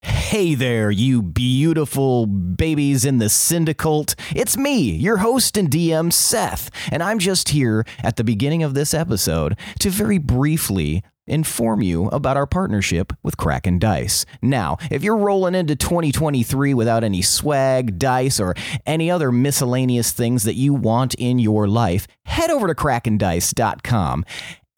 Hey there, you beautiful babies in the syndicult. It's me, your host and DM, Seth, and I'm just here at the beginning of this episode to very briefly inform you about our partnership with Kraken Dice. Now, if you're rolling into 2023 without any swag, dice, or any other miscellaneous things that you want in your life, head over to krakendice.com.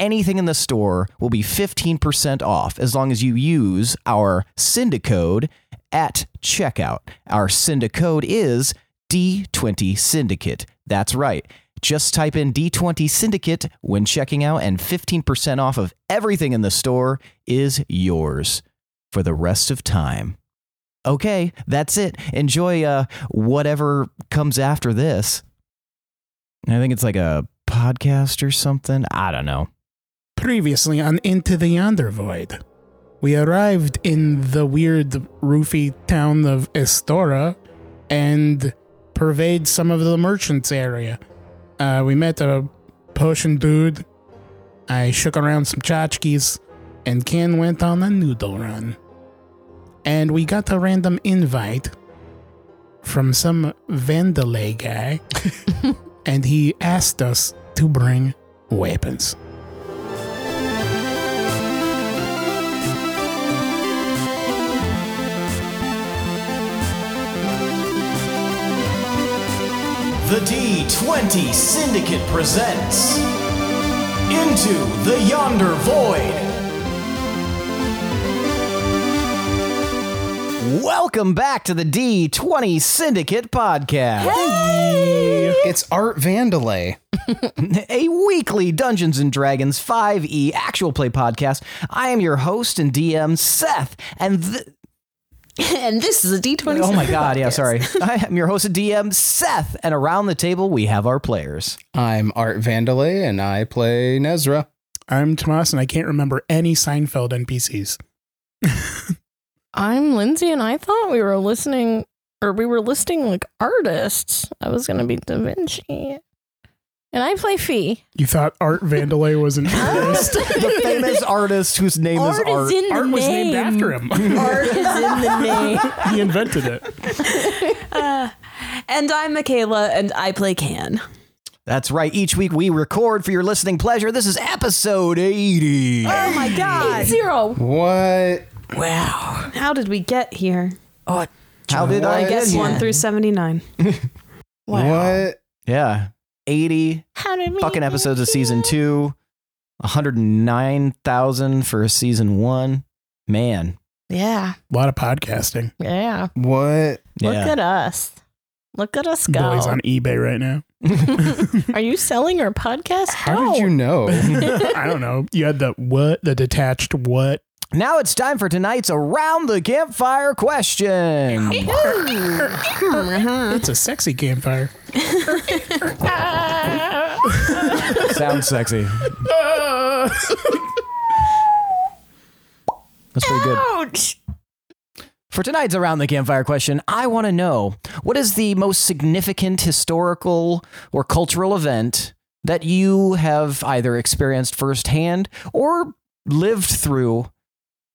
Anything in the store will be 15% off as long as you use our syndicode at checkout. Our syndicode is D20 Syndicate. That's right. Just type in D20 Syndicate when checking out, and 15% off of everything in the store is yours for the rest of time. Okay, that's it. Enjoy uh, whatever comes after this. I think it's like a podcast or something. I don't know. Previously on Into the Yonder Void, we arrived in the weird roofy town of Estora and pervade some of the merchants area. Uh, we met a potion dude. I shook around some tchotchkes, and Ken went on a noodle run. And we got a random invite from some Vandalay guy, and he asked us to bring weapons. The D20 Syndicate presents Into the Yonder Void. Welcome back to the D20 Syndicate podcast, It's Art Vandalay. a weekly Dungeons and Dragons 5e actual play podcast. I am your host and DM, Seth, and th- and this is a D20. oh my god, yeah, sorry. I am your host and DM, Seth, and around the table we have our players. I'm Art Vandalay and I play Nezra. I'm Tomas, and I can't remember any Seinfeld NPCs. I'm Lindsay, and I thought we were listening or we were listing like artists. I was gonna be Da Vinci, and I play Fee. You thought Art Vandalay was an artist? The famous artist whose name is Art is Art. in the Art name. was named after him. Art is in the name. Uh, he invented it. And I'm Michaela, and I play Can. That's right. Each week we record for your listening pleasure. This is episode 80. Oh my god! Zero. What? Wow! How did we get here? How did I What? get Guess here? one through seventy-nine. What? Yeah. 80 How did we fucking episodes of season two, 109,000 for season one. Man. Yeah, A lot of podcasting. yeah. What? Look Yeah. at us. Look at us go. Boys on eBay right now. Are you selling our podcast? How no. did you know? Oh. I don't know. You had the what, the detached what. Now it's time for tonight's Around the Campfire question. It's a sexy campfire. Sounds sexy. That's pretty good. Ouch. For tonight's Around the Campfire question, I want to know what is the most significant historical or cultural event that you have either experienced firsthand or lived through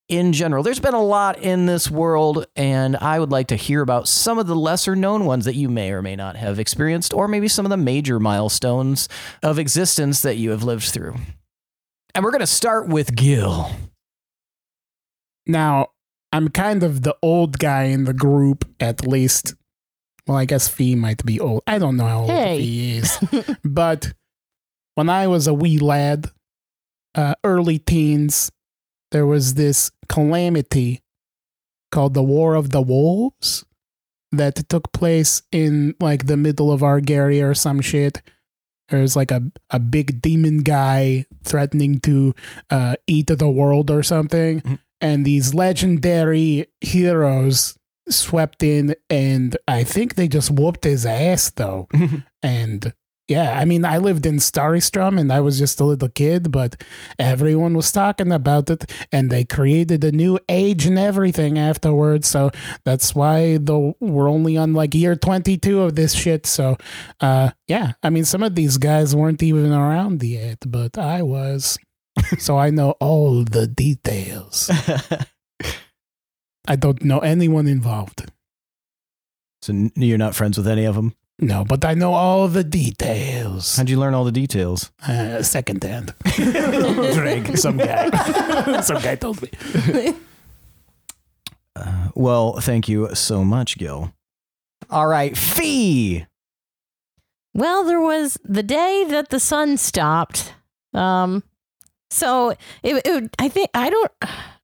in general? There's been a lot in this world, and I would like to hear about some of the lesser known ones that you may or may not have experienced, or maybe some of the major milestones of existence that you have lived through. And we're going to start with Gil. Now, I'm kind of the old guy in the group, at least. Well, I guess Fee might be old. I don't know how old Hey. Fee is. but when I was a wee lad, uh, early teens, there was this calamity called the War of the Wolves that took place in like the middle of Argaria or some shit. There's like a, a big demon guy threatening to uh, eat the world or something and these legendary heroes swept in and I think they just whooped his ass though. and yeah, I mean I lived in Starrystrom and I was just a little kid, but everyone was talking about it and they created a new age and everything afterwards. So that's why the we're only on like year twenty two of this shit. So uh yeah. I mean some of these guys weren't even around yet, but I was. so I know all the details. I don't know anyone involved. So n- you're not friends with any of them? No, but I know all the details. How'd you learn all the details? Uh, secondhand. Drink. Some guy. some guy told me. Uh, well, thank you so much, Gil. All right, Fee. Well, there was the day that the sun stopped. Um, so it, it, I think I don't,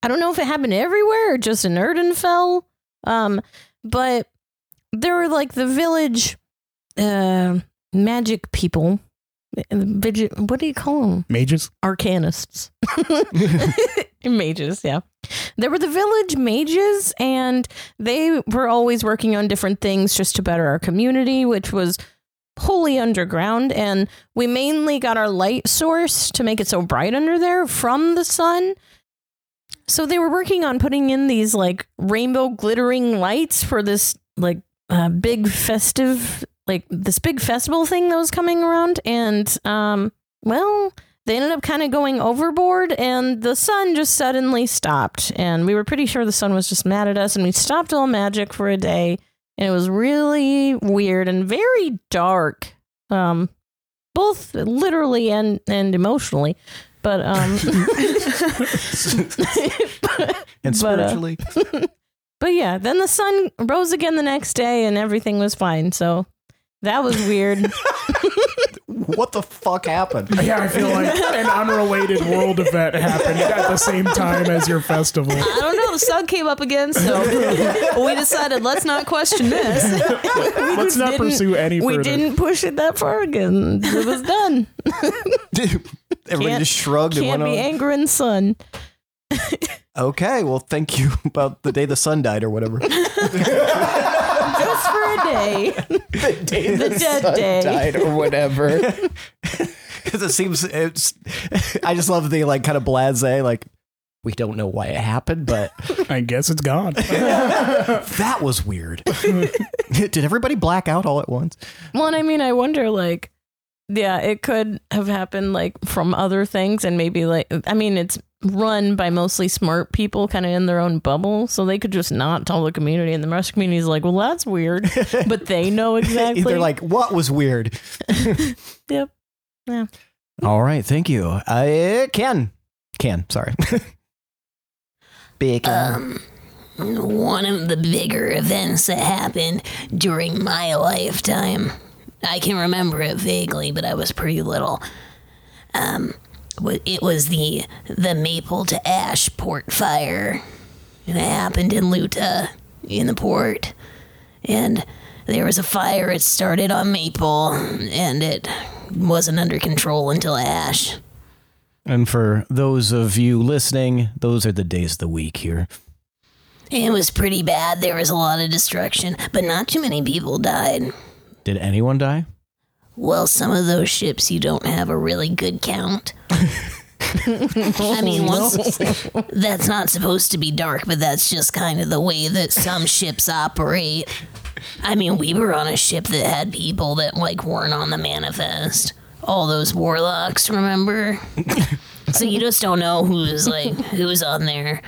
I don't know if it happened everywhere or just in Erdenfell. Um, but there were like the village, uh, magic people. eh, Vigi- What do you call them? Mages? arcanists mages yeah there were the village mages and they were always working on different things just to better our community which was wholly underground and we mainly got our light source to make it so bright under there from the sun so they were working on putting in these like rainbow glittering lights for this like uh, big festive like this big festival thing that was coming around and um well they ended up kind of going overboard and the sun just suddenly stopped and we were pretty sure the sun was just mad at us and we stopped all magic for a day and it was really weird and very dark um both literally and and emotionally but um And But, uh, spiritually. but yeah, then the sun rose again the next day and everything was fine. So that was weird. what the fuck happened? Yeah, I feel like an unrelated world event happened at the same time as your festival. I don't know. The sun came up again, so we decided let's not question this. Let's not didn't- pursue any we further. didn't push it that far again. It was done. Everybody Can't- just shrugged and Can't went be on. anger and sun. okay, well, thank you about the day the sun died or whatever. Just for a day. day The dead sun day. died or whatever. Because it seems it's. I just love the like kind of blasé like. We don't know why it happened, but I guess it's gone. that was weird. Did everybody black out all at once? Well, and I mean, I wonder, like, yeah, it could have happened, like, from other things, and maybe, like, I mean, it's run by mostly smart people, kind of in their own bubble, so they could just not tell the community, and the rest of the community is like, well, that's weird, but they know exactly. They're like, what was weird? yep. All right, thank you. I can. Can, sorry. Big. Um, one of the bigger events that happened during my lifetime. I can remember it vaguely, but I was pretty little. Um, wa- it was the the maple to ash port fire that happened in Luta in the port, and there was a fire. It started on maple, and it wasn't under control until ash. and for those of you listening, those are the days of the week here. It was pretty bad. There was a lot of destruction, but not too many people died. Did anyone die? Well, some of those ships you don't have a really good count. I mean, once, that's not supposed to be dark, but that's just kind of the way that some ships operate. I mean, we were on a ship that had people that like weren't on the manifest. All those warlocks, remember? so you just don't know who's like who's on there.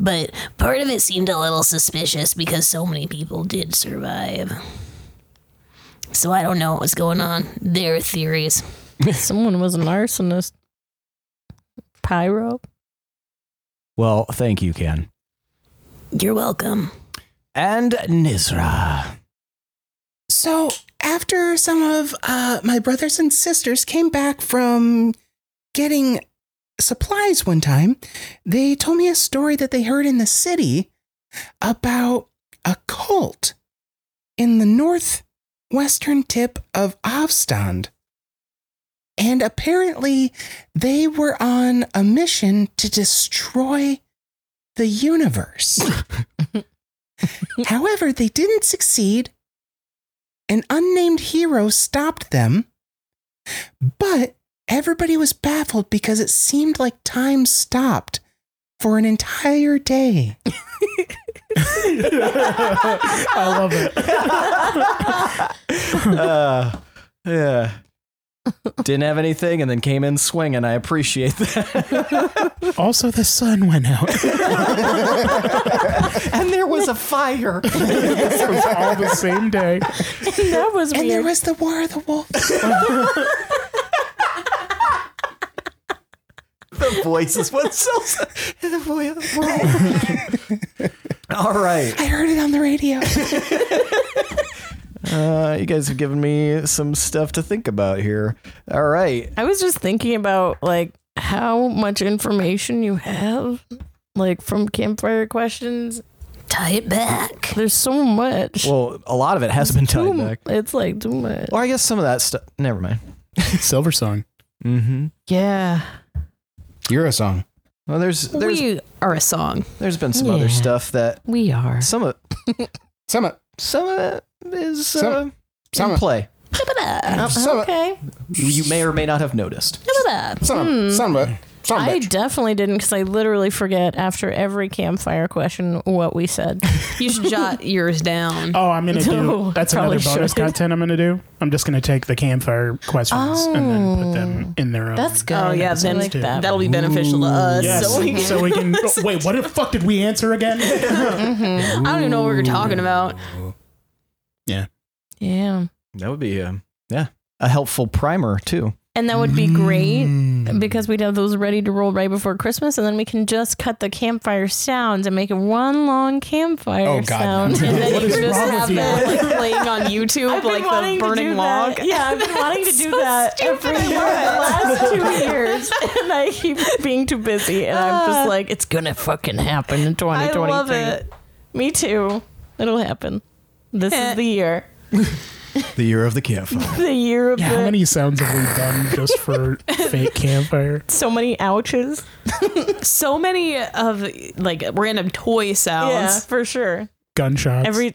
But part of it seemed a little suspicious because so many people did survive. So I don't know what was going on. There are theories. Someone was an arsonist. Pyro. Well, thank you, Can. You're welcome. And Nisra. So after some of uh, my brothers and sisters came back from getting supplies one time, they told me a story that they heard in the city about a cult in the northwestern tip of Avstand. And apparently, they were on a mission to destroy the universe. However, they didn't succeed an unnamed hero stopped them, but everybody was baffled because it seemed like time stopped for an entire day. I love it. uh, yeah. Didn't have anything and then came in swinging. I appreciate that. Also, the sun went out. and there was a fire. this was all the same day. that was And there weird. was the War of the Wolves. the voice is what sells the voice of the world. All right. I heard it on the radio. Uh, you guys have given me some stuff to think about here. All right. I was just thinking about like how much information you have, like from campfire questions. Tie it back. There's so much. Well, a lot of it has been Too tied mu- back. It's like too much. Or I guess some of that stuff. Never mind. Silver song. Mm-hmm. Yeah. You're a song. Well, there's there's we are a song. there's been some other Yeah. stuff that We are. some of Summit. some of it is Some- uh, in Summit. play. Summit. Oh, okay. Hmm. You may or may not have noticed. Summit. Summit. I Summit. definitely didn't because I literally forget after every campfire question what we said. You should jot yours down. Oh, I'm gonna No, do. That's probably another bonus should. content I'm gonna do. I'm just gonna take the campfire questions and then put them in their own. That's good. Oh, yeah, then I like that. That'll be beneficial to us. Yes. So we- so we can. wait, what the fuck did we answer again? I don't even know what we were talking about. yeah. That would be um, yeah a helpful primer too. And that would be great Mm. because we'd have those ready to roll right before Christmas, and then we can just cut the campfire sounds and make it one long campfire Oh, God, sound. no. And then What you is just wrong with have you? that. like, playing on YouTube, I've been like the wanting to burning do log. that. Yeah, I've been wanting to do that every year for the last two years, and I keep being too busy, and I'm Uh, just like, it's gonna fucking happen in 2023. I love it. Me too. It'll happen. This is the year. The year of the campfire. The year of Yeah, the how many sounds have we done just for fake campfire? so many ouches. So many of like random toy Yeah, sounds. for sure. Gunshots. Every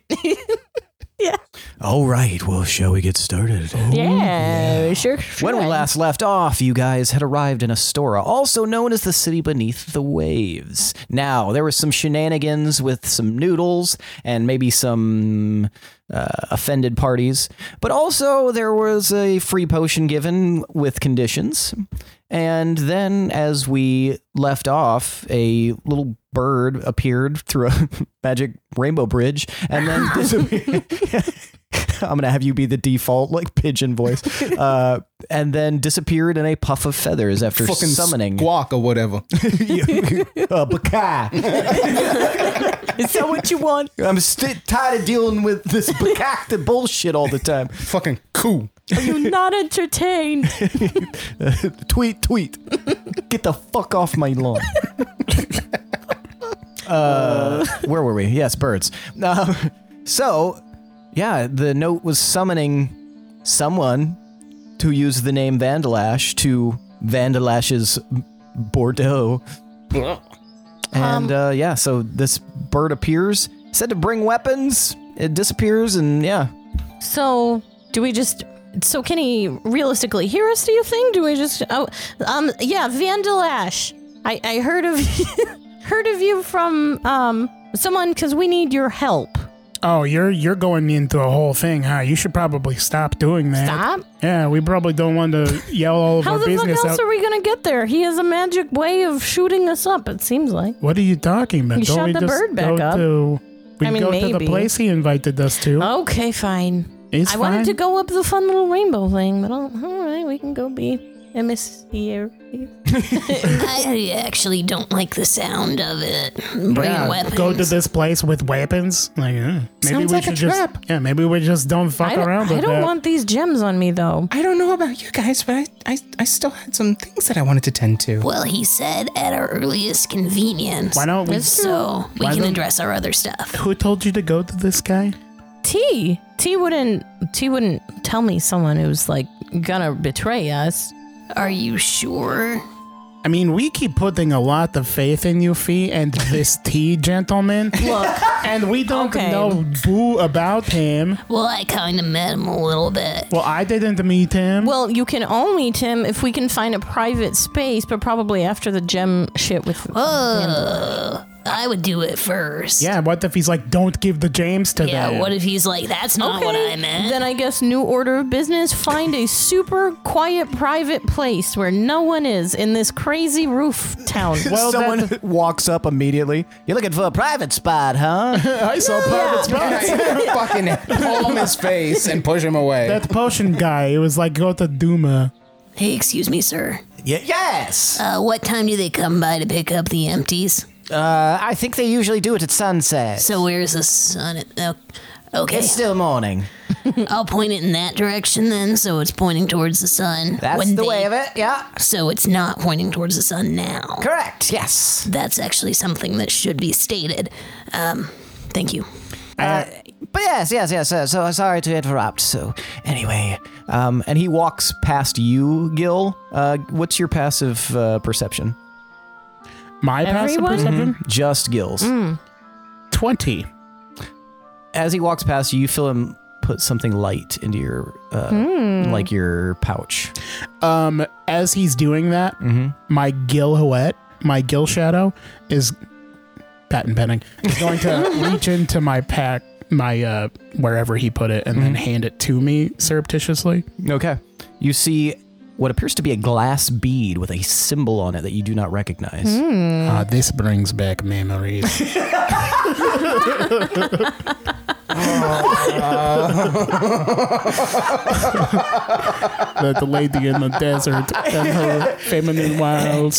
All right. Well, shall we get started? yeah, sure. When we last left off, you guys had arrived in Astora, also known as the city beneath the waves. Now, there were some shenanigans with some noodles and maybe some uh, offended parties, but also there was a free potion given with conditions. And then, as we left off, a little bird appeared through a magic rainbow bridge and then disappeared. I'm gonna have you be the default like pigeon voice, uh, and then disappeared in a puff of feathers after Fucking summoning. squawk or whatever. uh, Bakai. Is that what you want? I'm st- tired of dealing with this Bakakta bullshit all the time. Fucking cool. Are you not entertained? tweet, tweet. Get the fuck off my lawn. uh, where were we? Yes, birds. Uh, so, yeah, the note was summoning someone to use the name Vandalash to Vandalash's Bordeaux. And uh, yeah, so this bird appears, said to bring weapons. It disappears, and yeah, So, do we just? So, can he realistically hear us? Do you think? Do we just? Oh, um, yeah, Vandalash. I I heard of heard of you from um someone because we need your help. Oh, you're you're going into a whole thing, huh? You should probably stop doing that. Stop. Yeah, we probably don't want to yell all of How our the fuck business else out. are we gonna get there? He has a magic way of shooting us up. It seems like. what are you talking about? You don't shot we the just bird go back up. to? We I can mean, go to the maybe. place he invited us to. Okay, fine. It's I wanted to fine. go up the fun little rainbow thing, but all, all right, we can go be MSC. I actually don't like the sound of it. Bringing Yeah, weapons. go to this place with weapons. Like, uh, maybe Sounds we like a should just trap. yeah, maybe we just don't fuck I don't, around. I with don't that. want these gems on me though. I don't know about you guys, but I, I, I still had some things that I wanted to tend to. Well, he said at our earliest convenience. Why don't we? So we Why can don't- address our other stuff. Who told you to go to this guy? T T wouldn't T wouldn't tell me someone who's like gonna betray us. Are you sure? I mean, we keep putting a lot of faith in you, Fee, and this T gentleman. Look, and we don't okay. know boo about him. Well, I kind of met him a little bit. Well, I didn't meet him. Well, you can all meet him if we can find a private space, but probably after the gem shit with. Oh, I would do it first. Yeah, what if he's like, don't give the James to Yeah, them? what if he's like, that's not what I meant? Then I guess new order of business find a super quiet private place where no one is in this crazy roof town. well, Someone that, walks up immediately. You're looking for a private spot, huh? I saw private spots. fucking palm his face and push him away. That potion guy, it was like, go to Duma. hey, excuse me, sir. Ye- yes. Uh, what time do they come by to pick up the empties? Uh, I think they usually do it at sunset. So where's the sun? At, oh, okay, it's still morning. I'll point it in that direction then, so it's pointing towards the sun. That's when the they- way of it. Yeah. So it's not pointing towards the sun now. Correct. Yes. That's actually something that should be stated. Um, thank you. Uh, Uh, But yes, yes, yes. Uh, so sorry to interrupt. So anyway, um, and he walks past you, Gil. Uh, what's your passive uh, perception? My passive Everyone? perception? Just Gil's. 20. As he walks past you, you feel him put something light into your uh, like your pouch. Um, as he's doing that, my Gil Hoet, my Gil Shadow, is patent pending. Is going to reach into my pack, my uh, wherever he put it, and then hand it to me surreptitiously. Okay. You see what appears to be a glass bead with a symbol on it that you do not recognize. Uh, this brings back memories. the, the lady in the desert and her feminine wiles.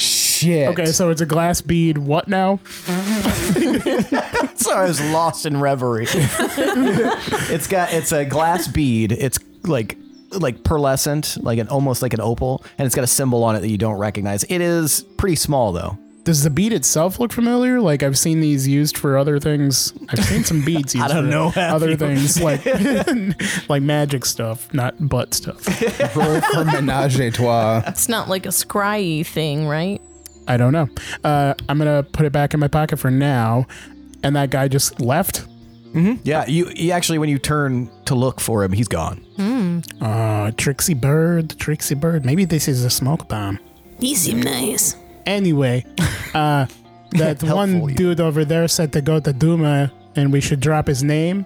Shit. Okay, so it's a glass bead. What now? So I was lost in reverie. it's got it's a glass bead. It's like like pearlescent, like an almost like an opal, and it's got a symbol on it that you don't recognize. It is pretty small though. Does the bead itself look familiar? Like I've seen these used for other things. I've seen some beads used don't for know, have other you? things like like magic stuff, not butt stuff. Roll for menage a trois. It's not like a scry thing, right? I don't know. Uh, I'm gonna put it back in my pocket for now. And that guy just left. Mm-hmm. Yeah, you, you actually when you turn to look for him, he's gone. Uh, Trixie Bird, Trixie Bird. Maybe this is a smoke bomb. You seem nice. Anyway, uh, that one Helpful, you. dude over there said to go to Duma and we should drop his name.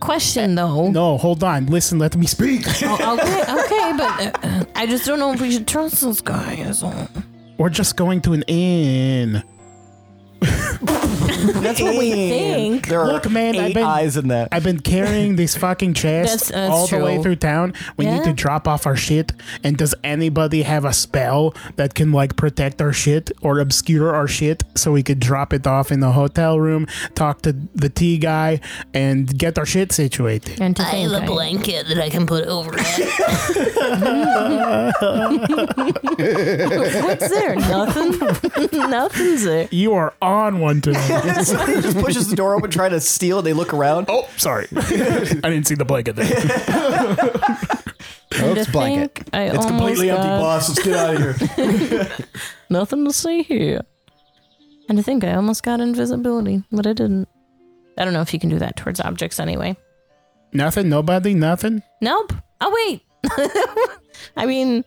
Question though. No, hold on. Listen, let me speak. Oh, okay, okay, but uh, I just don't know if we should trust this guy. Is all. We're just going to an inn. That's what we think. There are Look, man, I've eight been- eyes in that. I've been carrying this fucking chest That's- that's all the way true. through town. We need to Yeah. drop off our shit. And does anybody have a spell that can like protect our shit or obscure our shit so we could drop it off in the hotel room, talk to the tea guy, and get our shit situated? And to I have think a blanket that I can put over it. What's there? Nothing. Nothing's there. You are on one tonight. just pushes the door open, trying to steal, and they look around. oh, sorry. I didn't see the blanket there. Oops, blanket. Think I it's completely empty, boss. Let's get out of here. Nothing to see here. And to think I almost got invisibility, but I didn't. I don't know if you can do that towards objects anyway. nothing, nobody, nothing. Nope. Oh wait. I mean,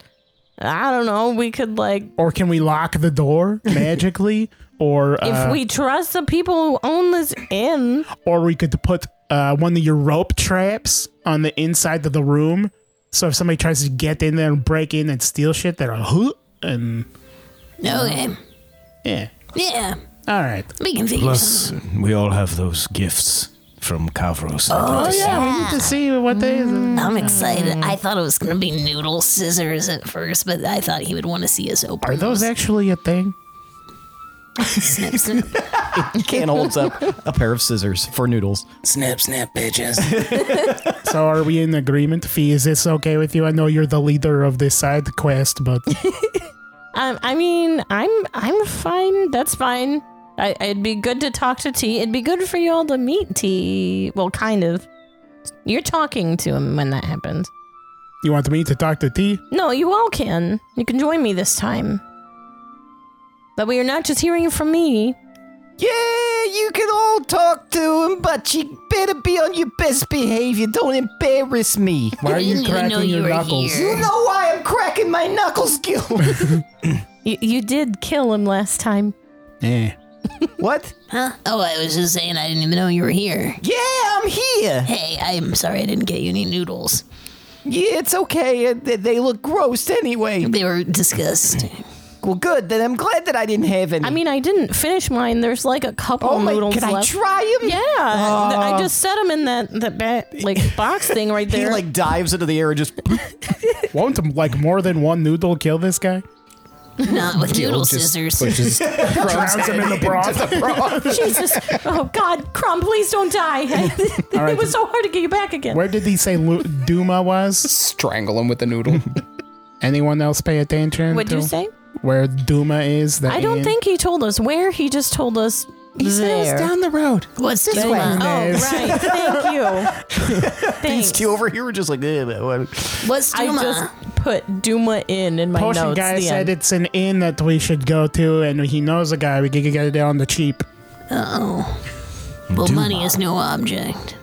I don't know. We could like Or can we lock the door magically? Or if uh, we trust the people who own this inn. or we could put uh, one of your rope traps on the inside of the room. So if somebody tries to get in there and break in and steal shit, they're like, "Huh?" and Okay. yeah, Yeah. all right. We can figure something. We all have those gifts from Kavros. Oh yeah, we need to see what they. I'm excited. I thought it was going to be noodle scissors at first, but I thought he would want to see us open. Are those actually a thing? Snip, snip. Can holds up a pair of scissors for noodles. Snap, snap, bitches. So are we in agreement? Fee, is this okay with you? I know you're the leader of this side quest, but Um, I mean, I'm I'm fine. That's fine. I, it'd be good to talk to T. It'd be good for you all to meet T. Well, kind of. You're talking to him when that happens. you want me to talk to T? No, you all can. You can join me this time. That way, you're not just hearing from me. Yeah, you can all talk to him, but you better be on your best behavior. Don't embarrass me. Why I are you didn't even know cracking you your were knuckles? here. know why I'm cracking my knuckles, Gil. You, you did kill him last time. Yeah. What? Huh? Oh, I was just saying I didn't even know you were here. Yeah, I'm here. Hey, I'm sorry I didn't get you any noodles. Yeah, it's okay. Uh, They they look gross anyway. They were disgusting. Well, good. Then I'm glad that I didn't have any. I mean, I didn't finish mine. There's like a couple oh my, noodles can I left. try him? yeah, th- I just set them in that that ba- like box thing right He there. like dives into the air and just. Won't like more than one noodle kill this guy? Not with noodle just scissors. Pushes Drowns him in the broth. Jesus, oh God, Crumb, please don't die. it right. was so hard to get you back again. Where did he say Lu- Duma was? strangle him with a noodle. Anyone else pay attention? What'd you to say? Where Duma is? That I don't Ian- think he told us where. He just told us He said it there. was down the road. What's this oh, way? Nice. right. Thank you. Thanks. You over here were just like. "Eh, that one." What's I Duma? just put Duma in in my Potion notes. guy the said end. it's an inn that we should go to, and he knows a guy. We could get it on the cheap. oh. Well, money is no object.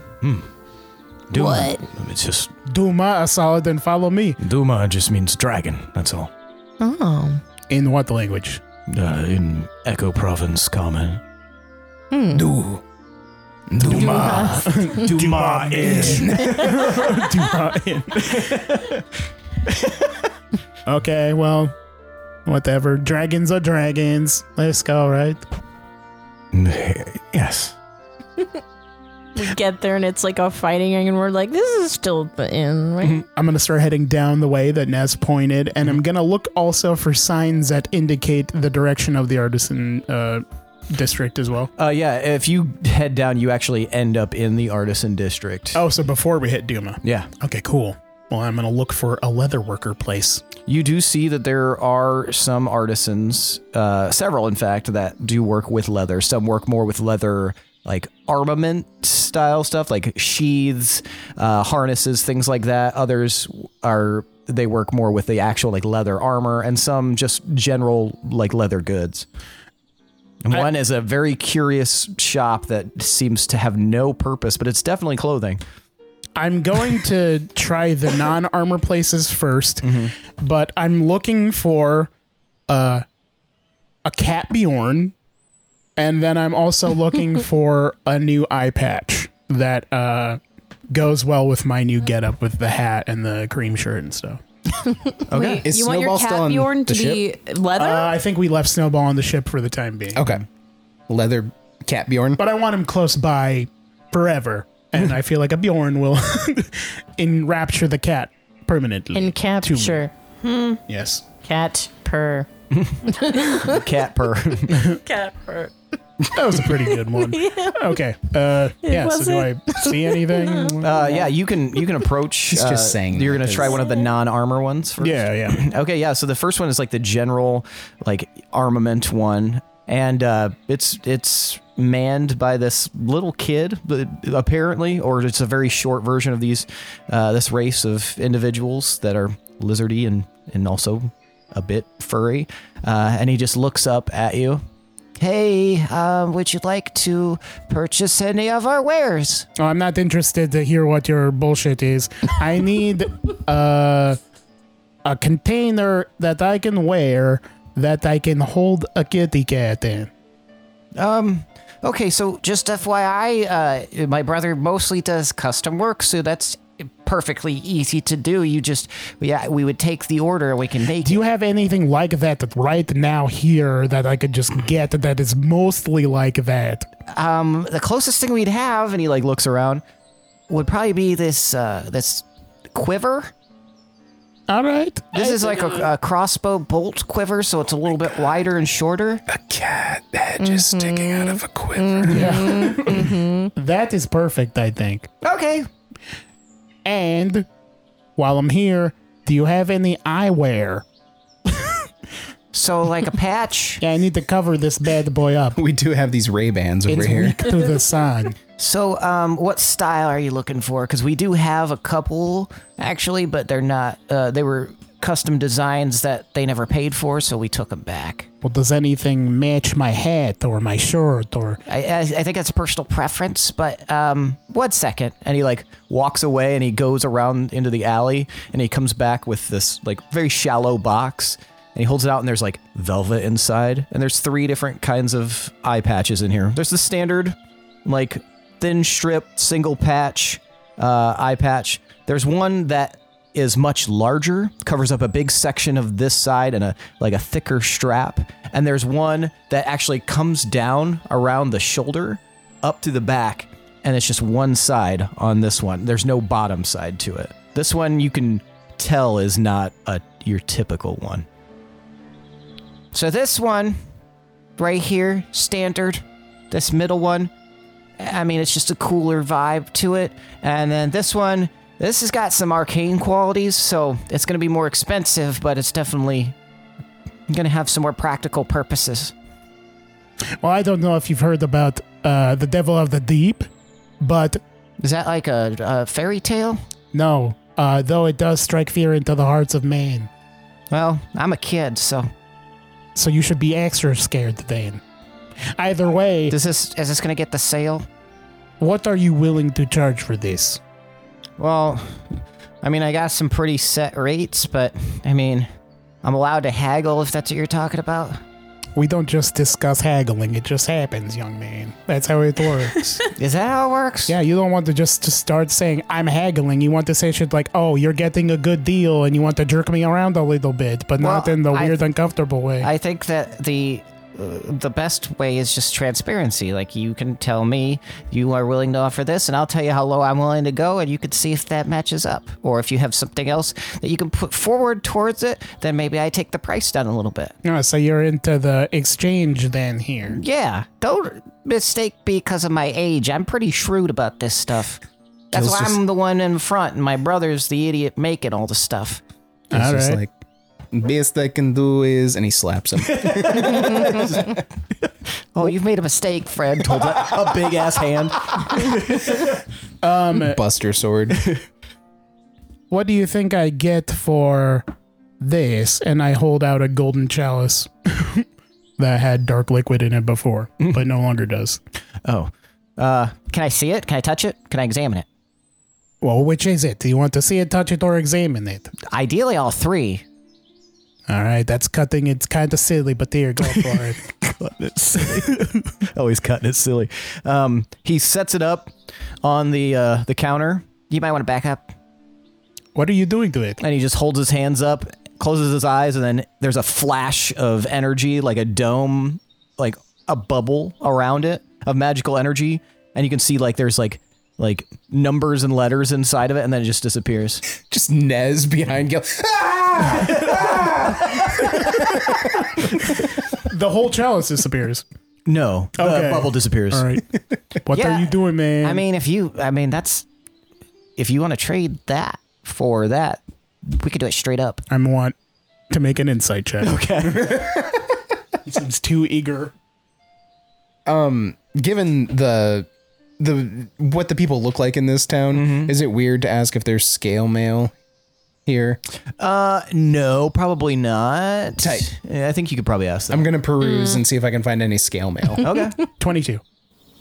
Duma. What? It's just Duma, a solid, and follow me. Duma. Just means dragon. That's all. Oh. In what language? Uh, in Echo Province, common. Hmm. Du. Duma. Duma in. Duma inn. okay, well, whatever. Dragons are dragons. Let's go, right? Yes. We get there and it's like a fighting ring, and we're like, this is still the inn, right? I'm gonna start heading down the way that Ness pointed, and I'm gonna look also for signs that indicate the direction of the artisan uh, district as well. Uh, yeah, if you head down, you actually end up in the artisan district. Oh, so before we hit Duma. Yeah. Okay, cool. Well, I'm gonna look for a leather worker place. You do see that there are some artisans, uh, several in fact, that do work with leather. Some work more with leather, like armament style stuff, like sheaths, uh, harnesses, things like that. Others are they work more with the actual like leather armor, and some just general like leather goods. And I- One is a very curious shop that seems to have no purpose, but it's definitely clothing. I'm going to try the non armor places 1st but I'm looking for uh, a cat Bjorn, and then I'm also looking for a new eye patch that uh, goes well with my new getup with the hat and the cream shirt and stuff. Okay. Is you want your cat Bjorn to be leather? Uh, I think we left Snowball on the ship for the time being, Okay. Leather cat Bjorn. but I want him close by forever, and I feel like a Bjorn will enrapture the cat permanently. And to me. capture Hmm. yes. cat purr. Cat purr. Cat purr. That was a pretty good one. Okay. Uh, yeah. So was do I see anything? Uh, yeah, you can you can approach. He's just uh, saying you're that gonna try 'cause- one of the non-armor ones. First. yeah. Yeah. Okay. Yeah. So the first one is like the general like armament one, and uh, it's it's manned by this little kid but apparently, or it's a very short version of these uh, this race of individuals that are lizardy and and also a bit furry, uh, and he just looks up at you. Hey, um, would you like to purchase any of our wares? Oh, I'm not interested to hear what your bullshit is. I need uh, a container that I can wear that I can hold a kitty cat in. Um. Okay, so just FYI, uh, my brother mostly does custom work, so that's perfectly easy to do. You just, yeah, we would take the order and we can make Do you have anything like that right now here that I could just get that is mostly like that? it. Um, the closest thing we'd have, and he like looks around, would probably be this uh, this quiver. All right. This is like a, a crossbow bolt quiver, so it's a little bit wider and shorter. A cat head just sticking out of a quiver. That is perfect, I think. Mm-hmm. Okay. And while I'm here, do you have any eyewear? So like a patch. Yeah, I need to cover this bad boy up. We do have these Ray Bans over It's here. weak to the sun. So, um, what style are you looking for? Because we do have a couple actually, but they're not. Uh, they were custom designs that they never paid for, so we took them back. Well, does anything match my hat or my shirt or? I, I, I think that's personal preference, but um, one second. And he like walks away and he goes around into the alley and he comes back with this like very shallow box And he holds it out, and there's like velvet inside. And there's three different kinds of eye patches in here. There's the standard, like thin strip, single patch uh, eye patch. There's one that is much larger, covers up a big section of this side and a like a thicker strap. And there's one that actually comes down around the shoulder, up to the back, and it's just one side on this one. There's no bottom side to it. This one you can tell is not a your typical one. So this one right here, standard, this middle one, I mean, it's just a cooler vibe to it. And then this one, this has got some arcane qualities, so it's going to be more expensive, but it's definitely going to have some more practical purposes. Well, I don't know if you've heard about uh, the Devil of the Deep, but Is that like a, a fairy tale? no. Uh, though it does strike fear into the hearts of men, Well, I'm a kid, so so you should be extra scared, Dane. Either way, does this is this going to get the sale? what are you willing to charge for this? Well, I mean, I got some pretty set rates, but I mean, I'm allowed to haggle if that's what you're talking about. We don't just discuss haggling; it just happens, young man. That's how it works. Is that how it works? yeah, you don't want to just to start saying I'm haggling. You want to say shit like, "Oh, you're getting a good deal," and you want to jerk me around a little bit, but not Well, in the I- weird, uncomfortable way. I think that the uh, the best way is just transparency. Like you can tell me you are willing to offer this, and I'll tell you how low I'm willing to go, and you can see if that matches up, or if you have something else that you can put forward towards it. Then maybe I take the price down a little bit. Oh, so you're into the exchange then here. Yeah, don't mistake me because of my age. I'm pretty shrewd about this stuff. That's Jill's why just- I'm the one in front, and my brother's the idiot making all the stuff. All just right. like, best I can do is, and he slaps him. Oh, you've made a mistake, friend. Holds out a big ass hand. Um, Um, Buster sword. What do you think I get for this? And I hold out a golden chalice that had dark liquid in it before, but no longer does. Mm-hmm. Oh, uh, can I see it? Can I touch it? Can I examine it? Well, which is it? Do you want to see it, touch it, or examine it? Ideally, all three. All right, that's cutting. It's kind of silly, but there, go for it. oh, he's cutting it silly. Um, he sets it up on the uh, the counter. You might want to back up. What are you doing to it? And he just holds his hands up, closes his eyes, and then there's a flash of energy, like a dome, like a bubble around it of magical energy, and you can see like there's like like numbers and letters inside of it, and then it just disappears. just Nez behind Gil. The whole chalice disappears. No, Okay. the bubble disappears. All right. What Yeah, are you doing, man? I mean, if you, I mean, that's if you want to trade that for that, we could do it straight up. I want to make an insight check. Okay. he seems too e- eager. Um, given the the what the people look like in this town, Mm-hmm. is it weird to ask if there's scale mail here? Uh, no, probably not. Tight. Yeah, I think you could probably ask them. I'm gonna peruse Mm. and see if I can find any scale mail. okay, 22.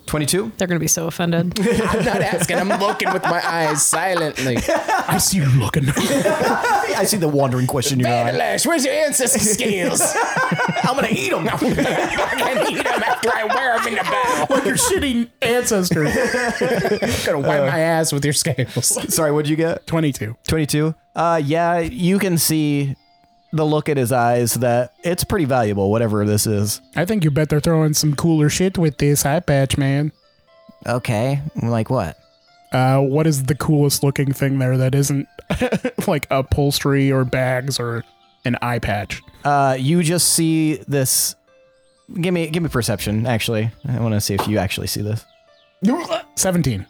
twenty-two. They're going to be so offended. I'm not asking. I'm looking with my eyes silently. I see you looking. I see the wandering question in your eye. Vandalash, where's your ancestor scales? I'm gonna eat them. I can eat them after I wear them in the battle. like your shitty ancestor. I'm gonna wipe my ass with your scales. Uh, Sorry, what'd you get? 22. Twenty-two. Uh, yeah, you can see the look in his eyes that it's pretty valuable, whatever this is. I think you better throw in some cooler shit with this eye patch, man. Okay, like what? Uh, what is the coolest looking thing there that isn't like upholstery or bags or an eye patch? Uh, you just see this. Give me, give me perception. Actually, I want to see if you actually see this. 17.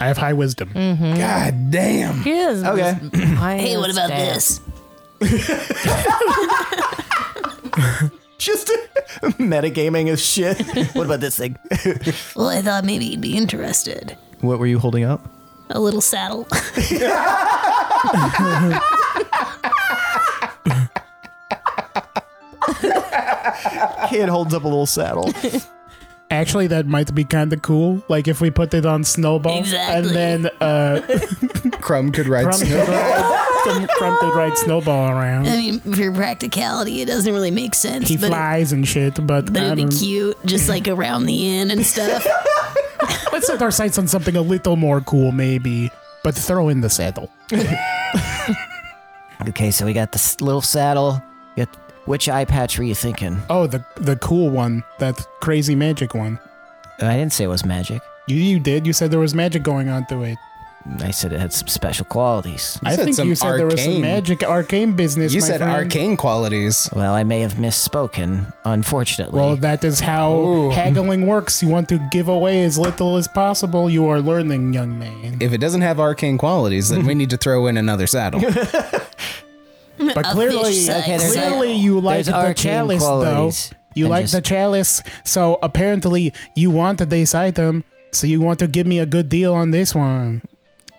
I have high wisdom. Mm-hmm. God damn. He is. Okay. Hey, what about this? just metagaming as shit. what about this thing? Well, I thought maybe you'd be interested. What were you holding up? A little saddle. Kid holds up a little saddle. Actually, that might be kind of cool. Like if we put it on Snowball Exactly. and then uh, Crumb could ride Crumb snow. could ride- Crumpton, Crumpton rides Snowball around. I mean, for practicality, it doesn't really make sense. He but it, flies um, and shit, but, but I it'd be don't- cute, just like around the inn and stuff. let's set our sights on something a little more cool, maybe. But throw in the saddle. Okay, so we got this little saddle. You Got which eye patch were you thinking? Oh, the the cool one, that crazy magic one. I didn't say it was magic. You you did. You said there was magic going on to it. I said it had some special qualities. I said think some you said there was some arcane. magic arcane business. You my said friend. arcane qualities. Well, I may have misspoken, unfortunately. Well, that is how Ooh. haggling works. You want to give away as little as possible. You are learning, young man. If it doesn't have arcane qualities, then we need to throw in another saddle. But A clearly, fish-sized Okay, there's- saddle. clearly you like There's the arcane chalice, qualities. though. You And like just- the chalice, so apparently you wanted this item. So you want to give me a good deal on this one?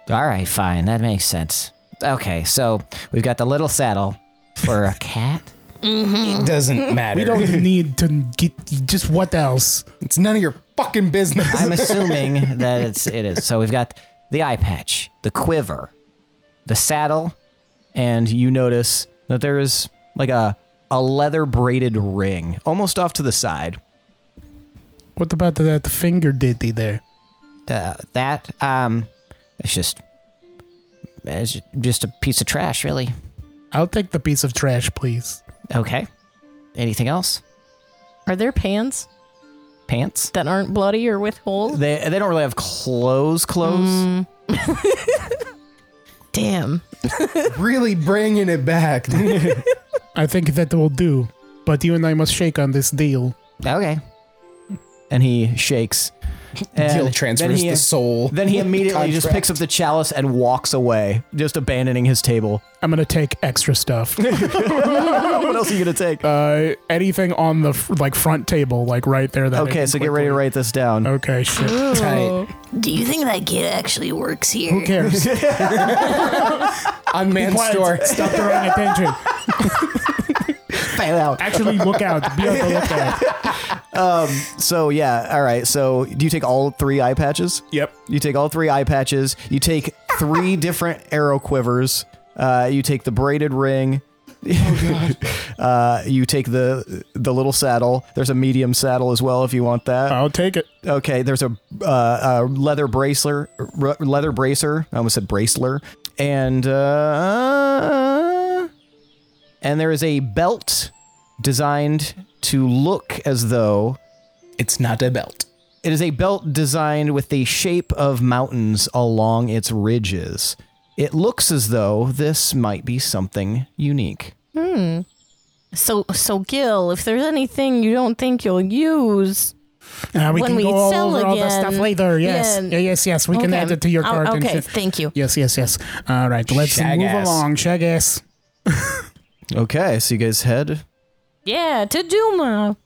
All right, fine. That makes sense. Okay, so we've got the little saddle for a cat. Mm-hmm. doesn't matter. We don't need to get just what else. It's none of your fucking business. I'm assuming that it's it is. So we've got the eye patch, the quiver, the saddle, and you notice that there is like a a leather braided ring almost off to the side. What about that finger ditty there? Uh, that um, it's just it's just a piece of trash, really. I'll take the piece of trash, please. Okay. Anything else? Are there pants Pants? that aren't bloody or with holes? They they don't really have clothes. Clothes. Damn. really bringing it back. I think that will do. But you and I must shake on this deal. Okay. And he shakes. And Gil then transfers he- the soul. Then he immediately just picks up the chalice and walks away, just abandoning his table. I'm gonna take extra stuff. what else are you gonna take? uh, anything on the f- like front table, like right there. That I okay, can so get ready to quickly- write this down. Okay, shit. Tight. Do you think that kid actually works here? Who cares? Unmanned store. Stop drawing attention. Fail out. Actually, look out. Be on the lookout. Um, So yeah, all right. So do you take all three eye patches? Yep. You take all three eye patches. You take three different arrow quivers. Uh, you take the braided ring. uh, you take the the little saddle. There's a medium saddle as well if you want that. I'll take it. Okay, there's a, uh, a leather bracer, r- leather bracer. I almost said bracelet, and uh, and there is a belt designed to look as though It's not a belt. it is a belt designed with the shape of mountains along its ridges. It looks as though this might be something unique. Hmm. So, so Gil, if there's anything you don't think you'll use, Uh, we When can we go all sell over all the again. stuff later. Yes. Yeah. Yeah. Yes. Yes. We can Okay. add it to your I'll- cart. and okay, shit. thank you. Yes. Yes. Yes. All right. Let's Shag move ass. along. Shag ass. Okay, so you guys head Yeah, to Duma.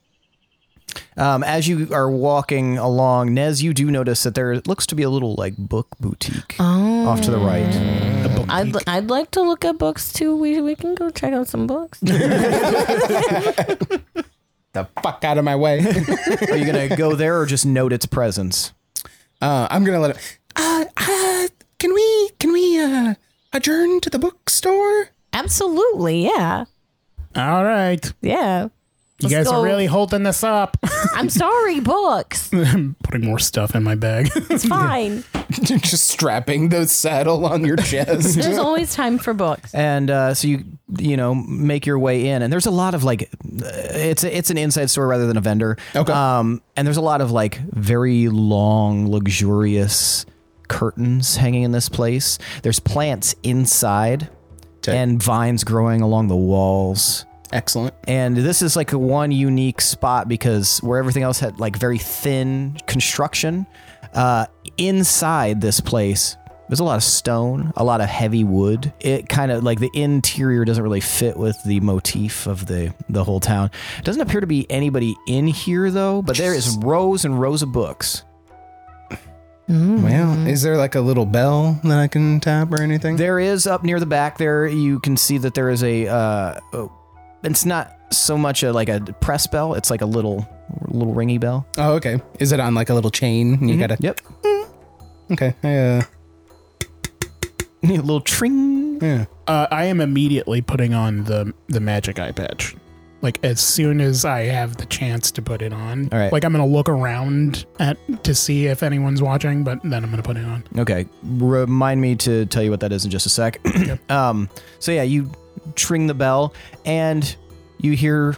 Um, as you are walking along, Nez, you do notice that there looks to be a little like book boutique off to the right. I'd, li- I'd like to look at books too. We, we can go check out some books. The fuck out of my way. Are you gonna go there or just note its presence? Uh, I'm gonna let it. Uh, uh, can we can we uh adjourn to the bookstore? Absolutely, yeah, All right. yeah. You guys go. are really holding this up. I'm sorry, books. I'm putting more stuff in my bag. It's fine. just strapping the saddle on your chest. There's always time for books. And uh, so you you know make your way in, and there's a lot of like uh, it's a, it's an inside store rather than a vendor. Okay. Um, and there's a lot of like very long, luxurious curtains hanging in this place. There's plants inside, Okay. and vines growing along the walls. Excellent. and this is like a one unique spot because where everything else had like very thin construction uh, inside this place there's a lot of stone a lot of heavy wood it kind of like the interior doesn't really fit with the motif of the the whole town doesn't appear to be anybody in here though but there is rows and rows of books Mm-hmm. Well, is there like a little bell that I can tap or anything? there is up near the back there you can see that there is a uh, oh, it's not so much a like a press bell it's like a little little ringy bell Mm-hmm. oh, okay. Is it on like a little chain? You gotta. yep Okay. I, uh, a little tring. Yeah. Uh, I am immediately putting on the the magic eye patch. Like as soon as I have the chance to put it on. All right. Like I'm gonna look around at to see if anyone's watching, but then I'm gonna put it on. Okay. Remind me to tell you what that is in just a sec. um, so yeah, you tring the bell and you hear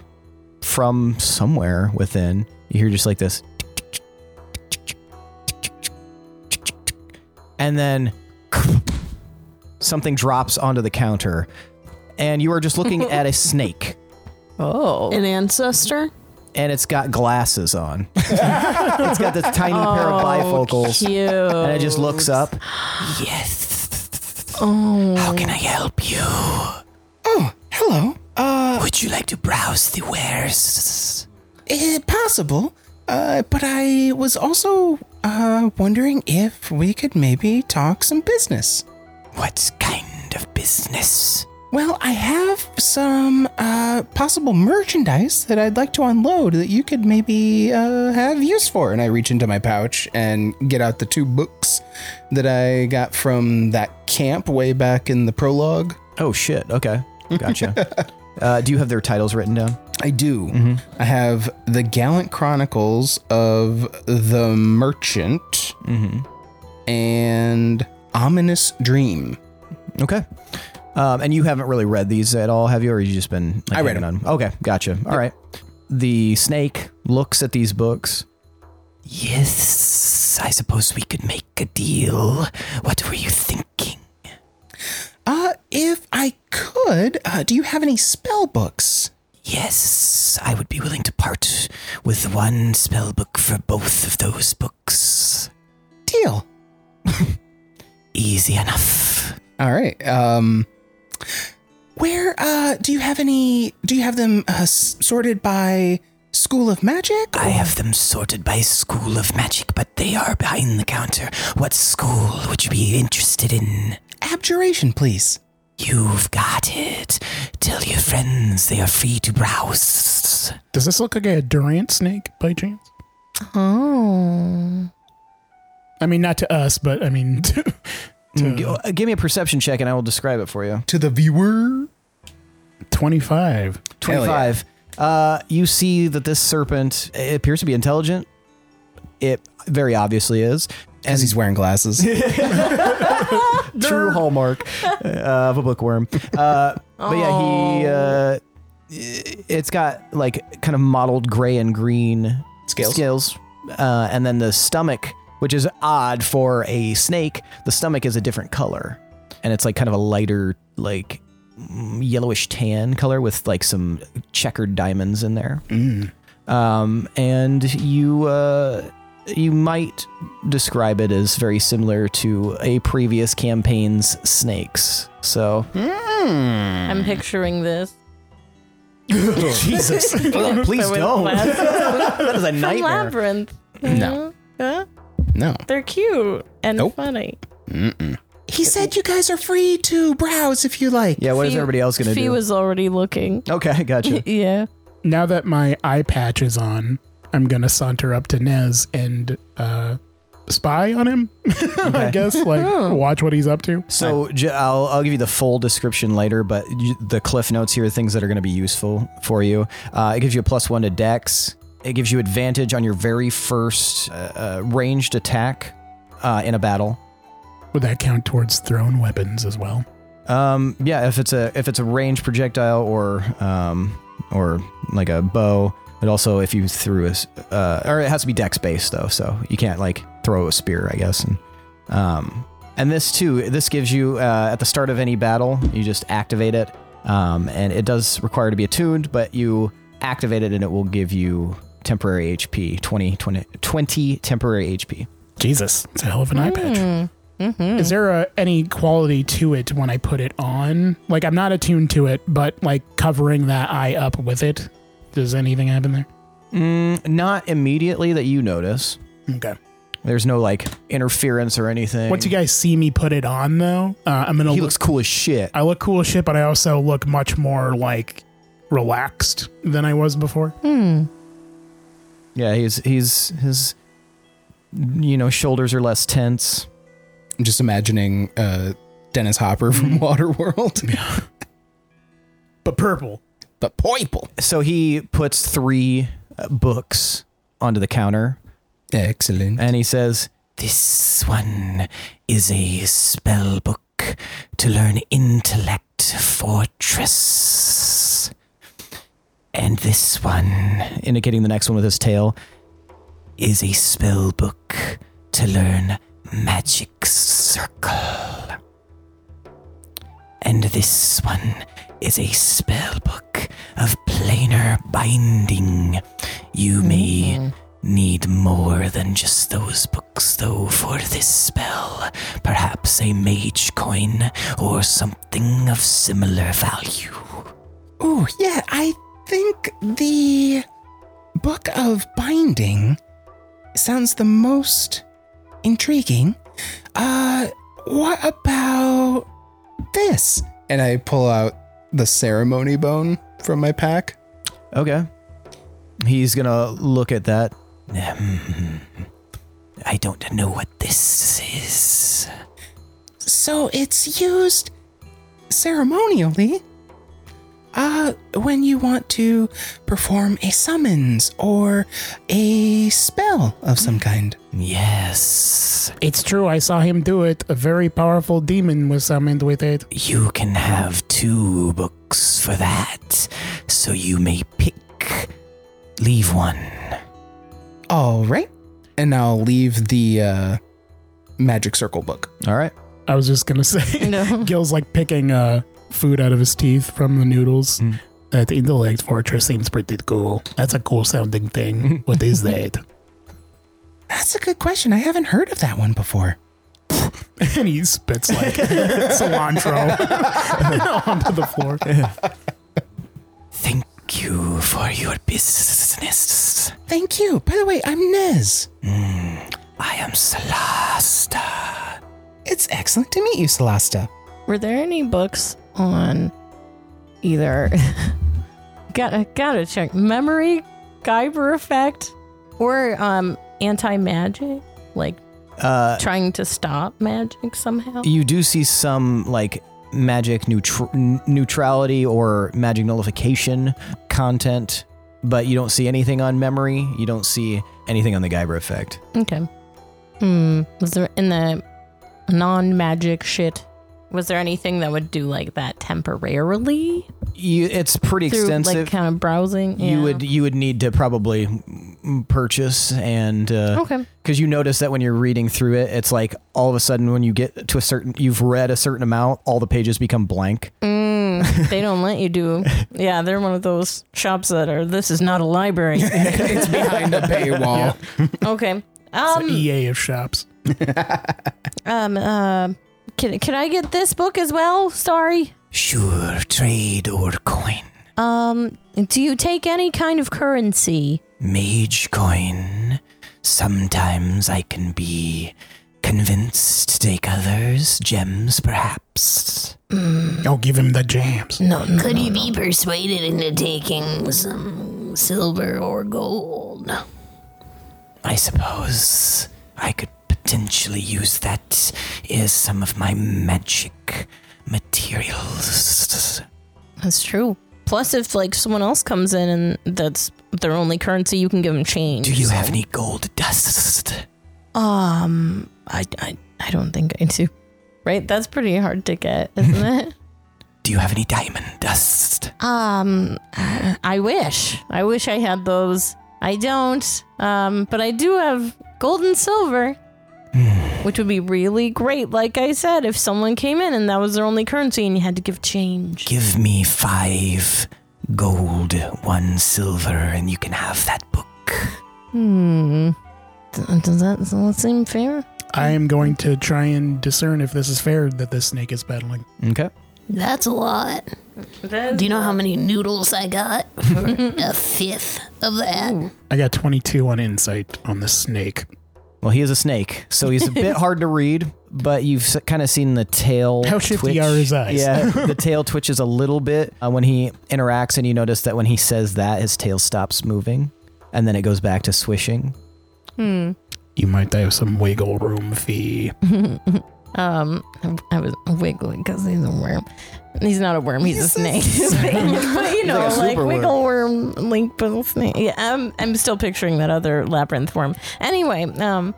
from somewhere within, you hear just like this. And then something drops onto the counter. And you are just looking at a snake. Oh. An ancestor? And it's got glasses on. it's got this tiny pair Oh, of bifocals. Oh, Cute. And it just looks up Oh. How can I help you? Oh, hello. Uh, Would you like to browse the wares? eh, possible. Uh, but I was also uh, wondering if we could maybe talk some business. What kind of business? Well, I have some uh, possible merchandise that I'd like to unload that you could maybe uh, have use for. And I reach into my pouch and get out the two books that I got from that camp way back in the prologue. Oh shit. Okay. Gotcha. uh, do you have their titles written down? Mm-hmm. I do. I have the Gallant Chronicles of the Merchant Mm. Mm-hmm. and Ominous Dream. Okay. Um, and you haven't really read these at all, have you? Or you just been? Like, I read hanging on? Okay. Gotcha. All right. The snake looks at these books. Yes, I suppose we could make a deal. What were you thinking? Uh, if I could, uh, do you have any spell books? Yes, I would be willing to part with one spell book for both of those books. Deal. Easy enough. All right. Um, Where uh, do you have any? Do you have them uh, s- sorted by school of magic? I have them sorted by school of magic, but they are behind the counter. What school would you be interested in? Abjuration, please. You've got it. Tell your friends they are free to browse. Does this look like a Durant snake by chance? Oh. I mean not to us, but I mean to, Hmm. to uh, give me a perception check and I will describe it for you. to the viewer. twenty five. 25. Uh, you see that this serpent appears to be intelligent. It very obviously is. As he's wearing glasses. true hallmark uh, of a bookworm. Uh, but yeah, he uh, i- it's got like kind of mottled gray and green Scales. uh, and then the stomach, which is odd for a snake. The stomach is a different color, and it's like kind of a lighter like mm, yellowish tan color with like some checkered diamonds in there. Um, and you uh, you might describe it as very similar to a previous campaign's snakes. So I'm picturing this. Jesus, please From don't. Labyrinth. that is a From nightmare. Labyrinth. Uh-huh. No. Huh? No. They're cute and Nope. funny. He said you guys are free to browse if you like. Yeah, what is Fee- everybody else gonna Fee do? was already looking. okay, gotcha. yeah. Now that my eye patch is on, I'm gonna saunter up to Nez and uh spy on him. I guess like Oh. watch what he's up to. So j- I'll, I'll give you the full description later, but y the cliff notes here are things that are going to be useful for you. Uh, it gives you a plus one to dex. It gives you advantage on your very first uh, uh, ranged attack uh, in a battle. Would that count towards thrown weapons as well? Um, yeah, if it's a if it's a range projectile or um, or like a bow, but also if you threw a s- uh, or it has to be dex based though, so you can't like throw a spear, I guess. And um, and this too, this gives you uh, at the start of any battle, you just activate it, um, and it does require to be attuned, but you activate it and it will give you temporary HP 20 20, 20 temporary HP. Jesus, it's a hell of an eye patch. Is there a, any quality to it when I put it on? Like I'm not attuned to it, but like covering that eye up with it, does anything happen there? Mm, Not immediately that you notice. Okay. There's no like interference or anything. Once you guys see me put it on, though, uh, I'm gonna. He Look, looks cool as shit. I look cool as shit, but I also look much more like relaxed than I was before. Yeah, he's he's his you know shoulders are less tense. I'm just imagining uh, Dennis Hopper from Waterworld. Mm-hmm. But purple. But purple. So he puts three uh, books onto the counter Excellent. and he says, This one is a spell book to learn intellect fortress. And this one, indicating the next one with his tail, is a spell book to learn magic circle. And this one is a spell book of planar binding. You may need more than just those books, though, for this spell. Perhaps a mage coin or something of similar value. Oh, yeah, I think the Book of Binding sounds the most intriguing. Uh, what about this? And I pull out the ceremony bone from my pack. Okay. He's gonna look at that. I don't know what this is. So it's used ceremonially. Uh, when you want to perform a summons or a spell of some kind. Yes. It's true. I saw him do it. A very powerful demon was summoned with it. You can have two books for that, so you may pick. Leave one. All right. And I'll leave the uh, magic circle book. All right. I was just gonna say, No. Gil's like picking uh, food out of his teeth from the noodles. Mm. That intellect fortress seems pretty cool. That's a cool sounding thing. what is that? That's a good question. I haven't heard of that one before. And he spits like cilantro onto the floor. Thank you for your business. Thank you. By the way, I'm Nez. Hmm, I am Celasta. It's excellent to meet you, Celasta. Were there any books on either gotta gotta check memory, Geiber effect, or um anti magic? Like Uh, trying to stop magic somehow? you do see some like magic neutr- n- neutrality or magic nullification content, but you don't see anything on memory. You don't see anything on the Geiber effect. Okay. Hmm. Was there in the non magic shit? Was there anything that would do like that temporarily You, it's pretty through extensive. like kind of browsing? You Mm, Yeah. would you would need to probably mm, purchase and uh, Okay. because you notice that when you're reading through it, it's like all of a sudden when you get to a certain you've read a certain amount, all the pages become blank. Mm, they don't let you do. Yeah, they're one of those shops that are. This is not a library. It's behind a paywall. okay. It's the Um. E EA of shops. Um. Uh, can can I get this book as well? Sorry. Sure, trade or coin, Um. Do you take any kind of currency? mage coin. Sometimes I can be convinced to take others, gems perhaps. I'll give him the jams. No. no Hmm. Could you be persuaded into taking some silver or gold? I suppose I could potentially use that as some of my magic materials. That's true. Plus, if like someone else comes in and that's their only currency, you can give them change. Do you have any gold dust? Um. I. I. I don't think I do. Right. That's pretty hard to get, isn't it? Do you have any diamond dust? Um, I wish. I wish I had those. I don't. Um, but I do have gold and silver, which would be really great. Like I said, if someone came in and that was their only currency and you had to give change. Give me five gold, one silver, and you can have that book. Hmm. D- Does that, does that seem fair? I am going to try and discern if this is fair that this snake is battling. Okay. That's a lot. Do you know how many noodles I got? For a fifth of that. I got 22 on insight on the snake. Well, he is a snake, so he's a bit hard to read, but you've kind of seen the tail. How shifty twitch. are his eyes? Yeah, the tail twitches a little bit uh, when he interacts, and you notice that when he says that, his tail stops moving, and then it goes back to swishing. Hmm. You might have some wiggle room fee. Um, I was wiggling because he's a worm. He's not a worm. He's a snake. but you know, He's like a like, super wiggle worm, link, but snake. Yeah, I'm, I'm still picturing that other labyrinth worm. Anyway, um,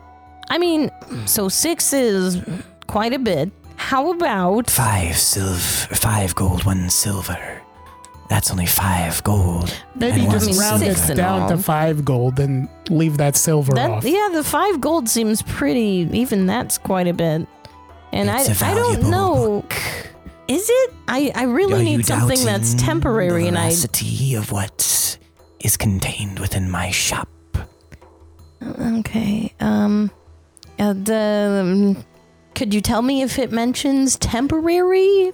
I mean, so six is quite a bit. How about Five silver, five gold, one silver. That's only five gold. maybe And just one round silver. it Six down down to five gold and leave that silver That, off. yeah, the five gold seems pretty. Even that's quite a bit. And I, It's a I don't valuable know. book. Is it? I, I really Are you need something that's doubting temporary, the and I veracity of what is contained within my shop. Okay. Um. uh, the- um, could you tell me if it mentions temporary,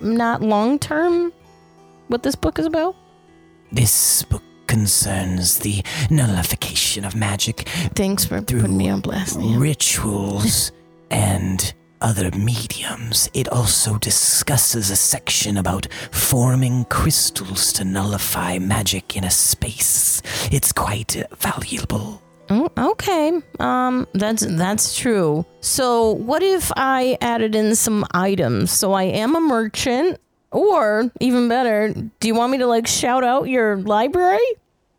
not long term? What this book is about? This book concerns the nullification of magic Thanks for Through putting me on blast. Liam. rituals and other mediums. It also discusses a section about forming crystals to nullify magic in a space. It's quite valuable. Oh, okay. Um, that's that's true. So, what if I added in some items? So I am a merchant, or even better, do you want me to like shout out your library,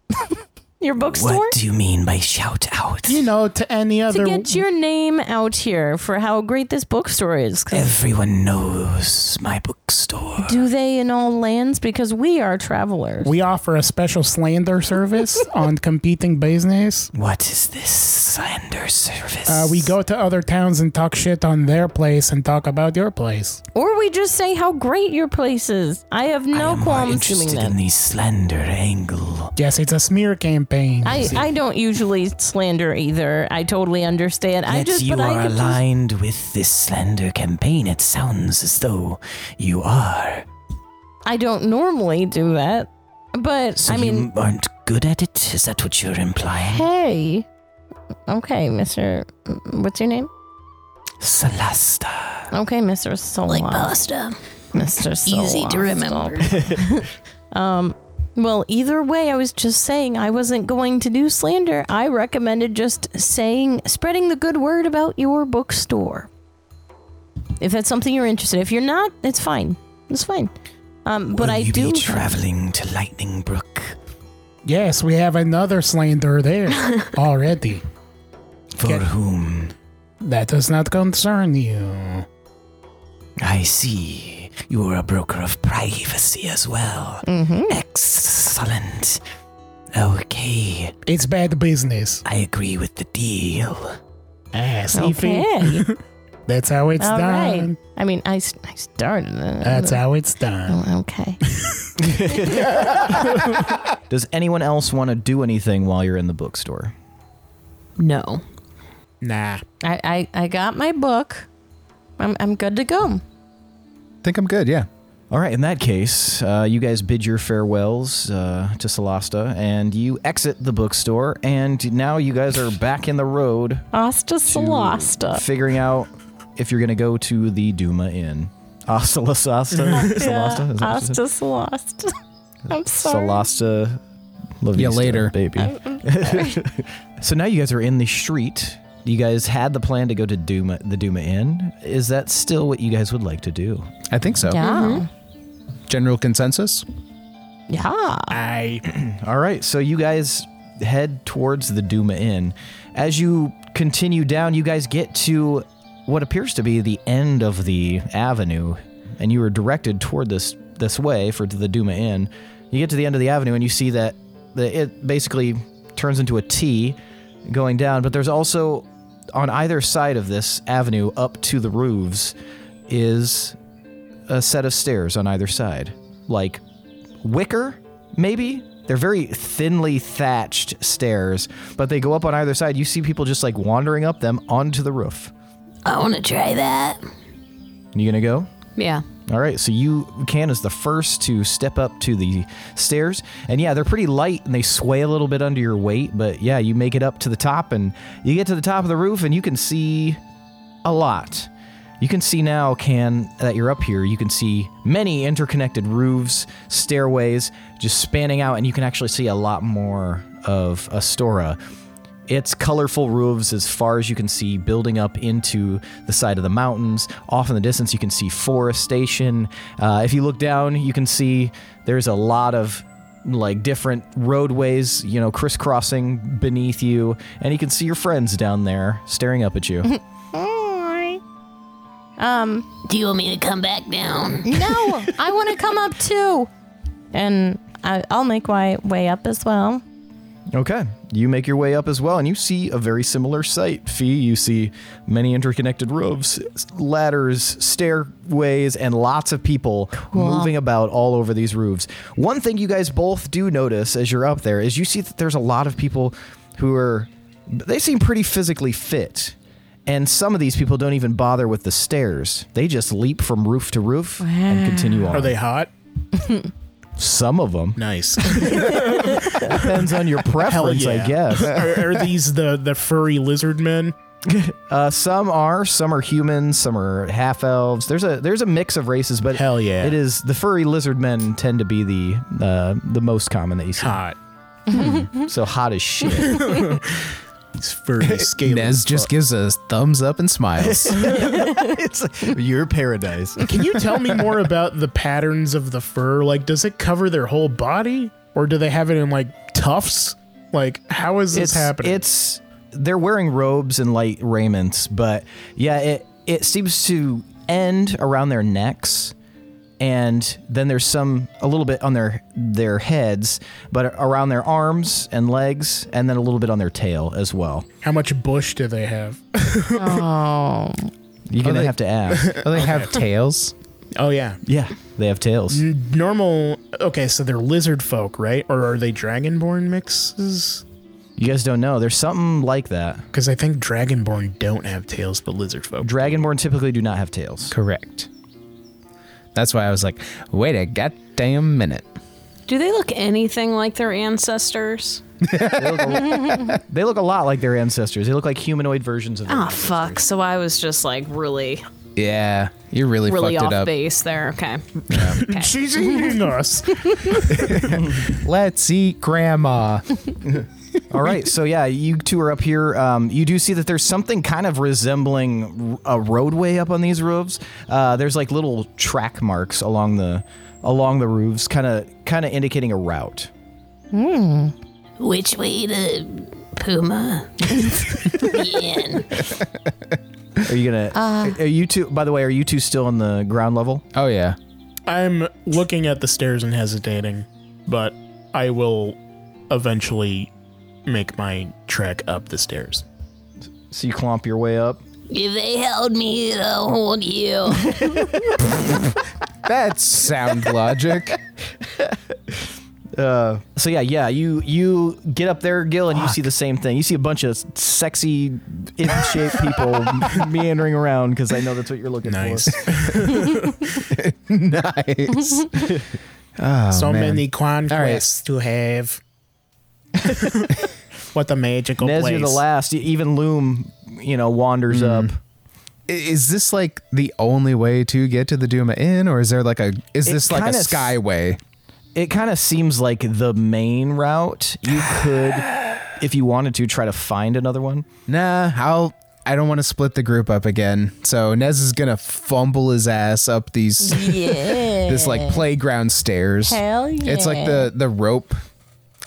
your bookstore? What do you mean by shout out? you know, to any to other get your name out here for how great this bookstore is. 'Cause Everyone knows my bookstore. Do they in all lands? Because we are travelers. we offer a special slander service on competing business. What is this slander service? Uh, we go to other towns and talk shit on their place and talk about your place. or we just say how great your place is. I have I no am more qualms doing interested that. in the slander angle. Yes, it's a smear campaign. I, I don't usually slander either. I totally understand. I Yet just you but I are could just- aligned with this slander campaign. It sounds as though you are. I don't normally do that. But So I mean, you aren't good at it? Is that what you're implying? hey. Okay, Mr. What's your name? Salasta. Okay, Mr. Sola. Like pasta. Mr. Sola. Easy to remember. um, well, either way, I was just saying I wasn't going to do slander. I recommended just saying, spreading the good word about your bookstore. If that's something you're interested in. If you're not, it's fine. It's fine. Um, but Will I you do. be traveling to Lightning Brook yes, we have another slander there already. for Get- whom? That does not concern you. I see. You are a broker of privacy as well. Mm-hmm. Excellent. Okay, It's bad business. I agree with the deal. Ah, see, Fee? okay. That's how it's All right. done. I mean, I, s- I started it. That's how it's done. Oh, okay. Does anyone else want to do anything while you're in the bookstore? No. Nah. I, I, I got my book. I'm, I'm good to go. think I'm good. Yeah. All right, in that case, uh, you guys bid your farewells uh, to Salasta and you exit the bookstore, and now you guys are back in the road Asta to Salasta. figuring out if you're going to go to the Duma Inn. Ah, Asta La Sasta? Salasta? Is that what you said? Asta Salasta. I'm sorry. Oh, Salasta La Yeah, Vista, later. baby. so now you guys are in the street. You guys had the plan to go to Duma, the Duma Inn. Is that still what you guys would like to do? I think Oh, so. Yeah. Mm-hmm. General consensus? Yeah. I All right, so you guys head towards the Duma Inn. As you continue down, you guys get to what appears to be the end of the avenue, and you are directed toward this this way for the Duma Inn. You get to the end of the avenue, and you see that the, it basically turns into a T going down. But there's also on either side of this avenue, up to the roofs, is a set of stairs on either side, like wicker, maybe? They're very thinly thatched stairs, but they go up on either side. You see people just like wandering up them onto the roof. I want to try that. You gonna go? Yeah. All right, so you can is the first to step up to the stairs, and yeah, they're pretty light and they sway a little bit under your weight, but yeah, you make it up to the top and you get to the top of the roof and you can see a lot. You can see now, Can, that you're up here, you can see many interconnected roofs, stairways, just spanning out, and you can actually see a lot more of Astora. Its colorful roofs, as far as you can see, building up into the side of the mountains. Off in the distance, you can see forestation. Uh, if you look down, you can see there's a lot of like different roadways, you know, crisscrossing beneath you, and you can see your friends down there staring up at you. Um, Do you want me to come back down? no, Oh, I want to come up too. And I, I'll make my way up as well. Okay. You make your way up as well, and you see a very similar sight. Fee, you see many interconnected roofs, ladders, stairways, and lots of people moving about all over these roofs. One thing you guys both do notice as you're up there is you see that there's a lot of people who are, they seem pretty physically fit. And some of these people don't even bother with the stairs. They just leap from roof to roof and continue on. Are they hot? Some of them. Nice. Depends on your preference, I yeah. guess. are, are these the the furry lizard men? Uh, some are, some are humans, some are half elves. There's a there's a mix of races, but Hell yeah. it is the furry lizard men tend to be the uh, the most common that you see. Hmm. Hot. So hot as shit. These furry scaly. Nez just gives a thumbs up and smiles. it's your paradise. Can you tell me more about the patterns of the fur? Like, does it cover their whole body, or do they have it in like tufts? Like, how is this It's happening? it's they're wearing robes and light raiments, but yeah, it it seems to end around their necks. And then there's some a little bit on their their heads, but around their arms and legs, and then a little bit on their tail as well. how much bush do they have? Oh, You're gonna they- have to ask. Do Oh, they have tails? Oh yeah, Mm. yeah, they have tails. normal. Okay, so they're lizard folk, right? Or are they dragonborn mixes? You guys don't know. There's something like that. Because I think dragonborn don't have tails, but lizard folk. Dragonborn typically do not have tails. Correct. That's why I was like, wait a goddamn minute. Do they look anything like their ancestors? They look a, they look a lot like their ancestors. They look like humanoid versions of them. Ah, fuck. So I was just like really, Yeah, you really, really fucked off it up. base there. Okay. She's eating us. Let's eat grandma. All right, so yeah, you two are up here. Um, you do see that there's something kind of resembling r- a roadway up on these roofs. Uh, there's like little track marks along the along the roofs, kind of kind of indicating a route. Hmm. Which way to Puma? Ian. Are you Uh. gonna? are you two? By the way, are you two still on the ground level? oh yeah. I'm looking at the stairs and hesitating, but I will eventually make my trek up the stairs. So you clomp your way up. If they held me, they'll hold you. That's sound logic. So yeah, yeah, you you get up there, Gil, and you see the same thing. You see a bunch of sexy, in-shaped people meandering around because I know that's what you're looking for. nice. so man. many conquests conquests to have. what a magical Nez, place. you're the last. E- Even Loom, you know, wanders up. I- Is this like the only way to get to the Duma Inn, or is there like a is It this like a kinda s- skyway? It kind of seems like the main route. You could, if you wanted to, try to find another one. Nah, I'll. I don't want to split the group up again. So Nez is gonna fumble his ass up these yeah. this like playground stairs. Hell It's like yeah. the the rope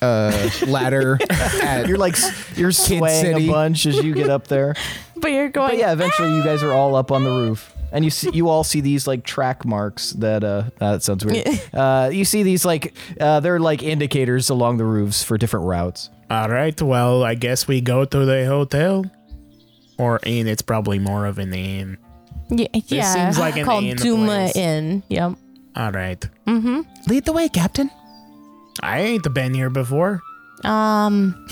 uh ladder at You're like s- you're swaying City. a bunch as you get up there. But you're going. But yeah, eventually you guys are all up on the roof, and you see you all see these like track marks that uh ah, that sounds weird. uh, you see these like uh, they're like indicators along the roofs for different routes. All right, well, I guess we go to the hotel. Or inn, it's probably more of an inn. Yeah, yeah. seems like an called Ian Duma place. Inn. Yep. All right. Mm-hmm. Lead the way, Captain. I ain't been here before, Um.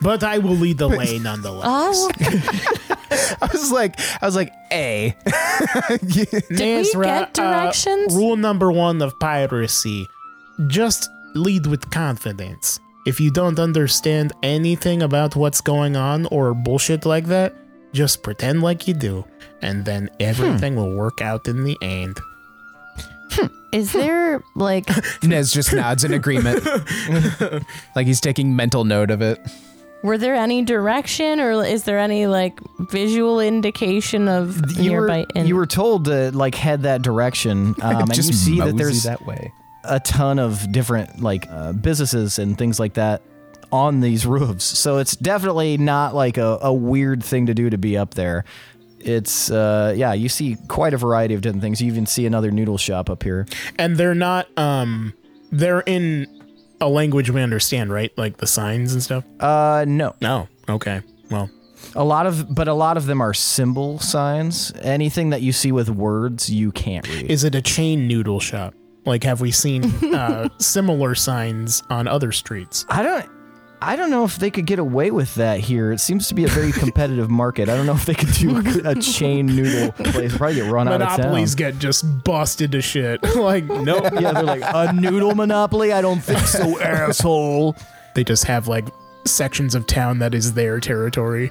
but I will lead the way nonetheless. Oh, I was like I was like, A. Did we get directions? uh, rule number one of piracy just lead with confidence. If you don't understand anything about what's going on or bullshit like that, just pretend like you do, and then everything will work out in the end. is there like Nez just nods in agreement. like he's taking mental note of it. Were there any direction, or is there any like visual indication of You nearby? were, you were told to like head that direction, um, and you Just see that mosey there's that way. a ton of different like uh, businesses and things like that on these roofs. So it's definitely not like a, a weird thing to do to be up there. It's uh, yeah, you see quite a variety of different things. You even see another noodle shop up here. and they're not um they're in a language we understand right like the signs and stuff Uh, no, no okay well a lot of but a lot of them are symbol signs. Anything that you see with words, you can't read. is it a chain noodle shop like have we seen uh similar signs on other streets I don't. I don't know if they could get away with that here. It seems to be a very competitive market. I don't know if they could do a, a chain noodle place. Probably get run out of town. monopolies get just busted to shit like nope Yeah, they're like a noodle monopoly. I don't think so, asshole. they just have like sections of town that is their territory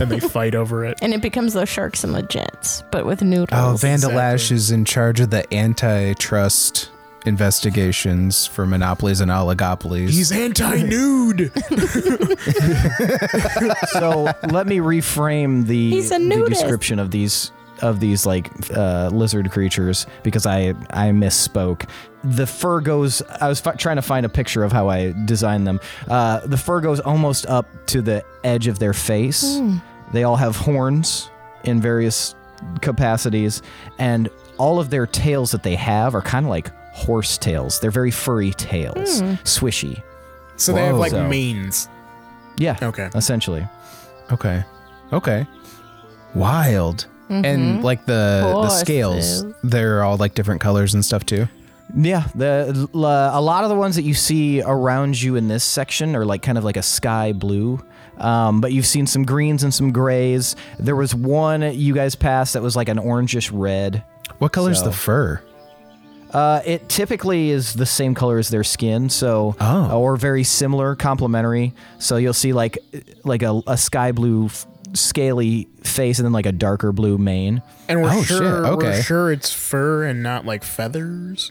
and they fight over it and it becomes the sharks and the jets, but with noodles. Oh, Vandalash exactly. is in charge of the antitrust investigations for monopolies and oligopolies. he's anti-nude So let me reframe the, He's a the nudist. description of these of these like uh, lizard creatures because I I misspoke. The fur goes. I was fi- trying to find a picture of how I designed them. Uh, the fur goes almost up to the edge of their face. Hmm. They all have horns in various capacities, and all of their tails that they have are kind of like horse tails. They're very furry tails, Hmm. swishy. so they have Whoa. like So- manes Yeah. Okay. Essentially. Okay. Okay. Wild. Mm-hmm. And like the the scales, they're all like different colors and stuff too. Yeah, the l- uh, a lot of the ones that you see around you in this section are like kind of like a sky blue. Um, but you've seen some greens and some grays. There was one you guys passed that was like an orangish red. What color's So- the fur? Uh, it typically is the same color as their skin, so Oh. or very similar, complementary. So you'll see like like a, a sky blue f- scaly face and then like a darker blue mane. and we're Oh, sure shit, okay. we're sure it's fur and not like feathers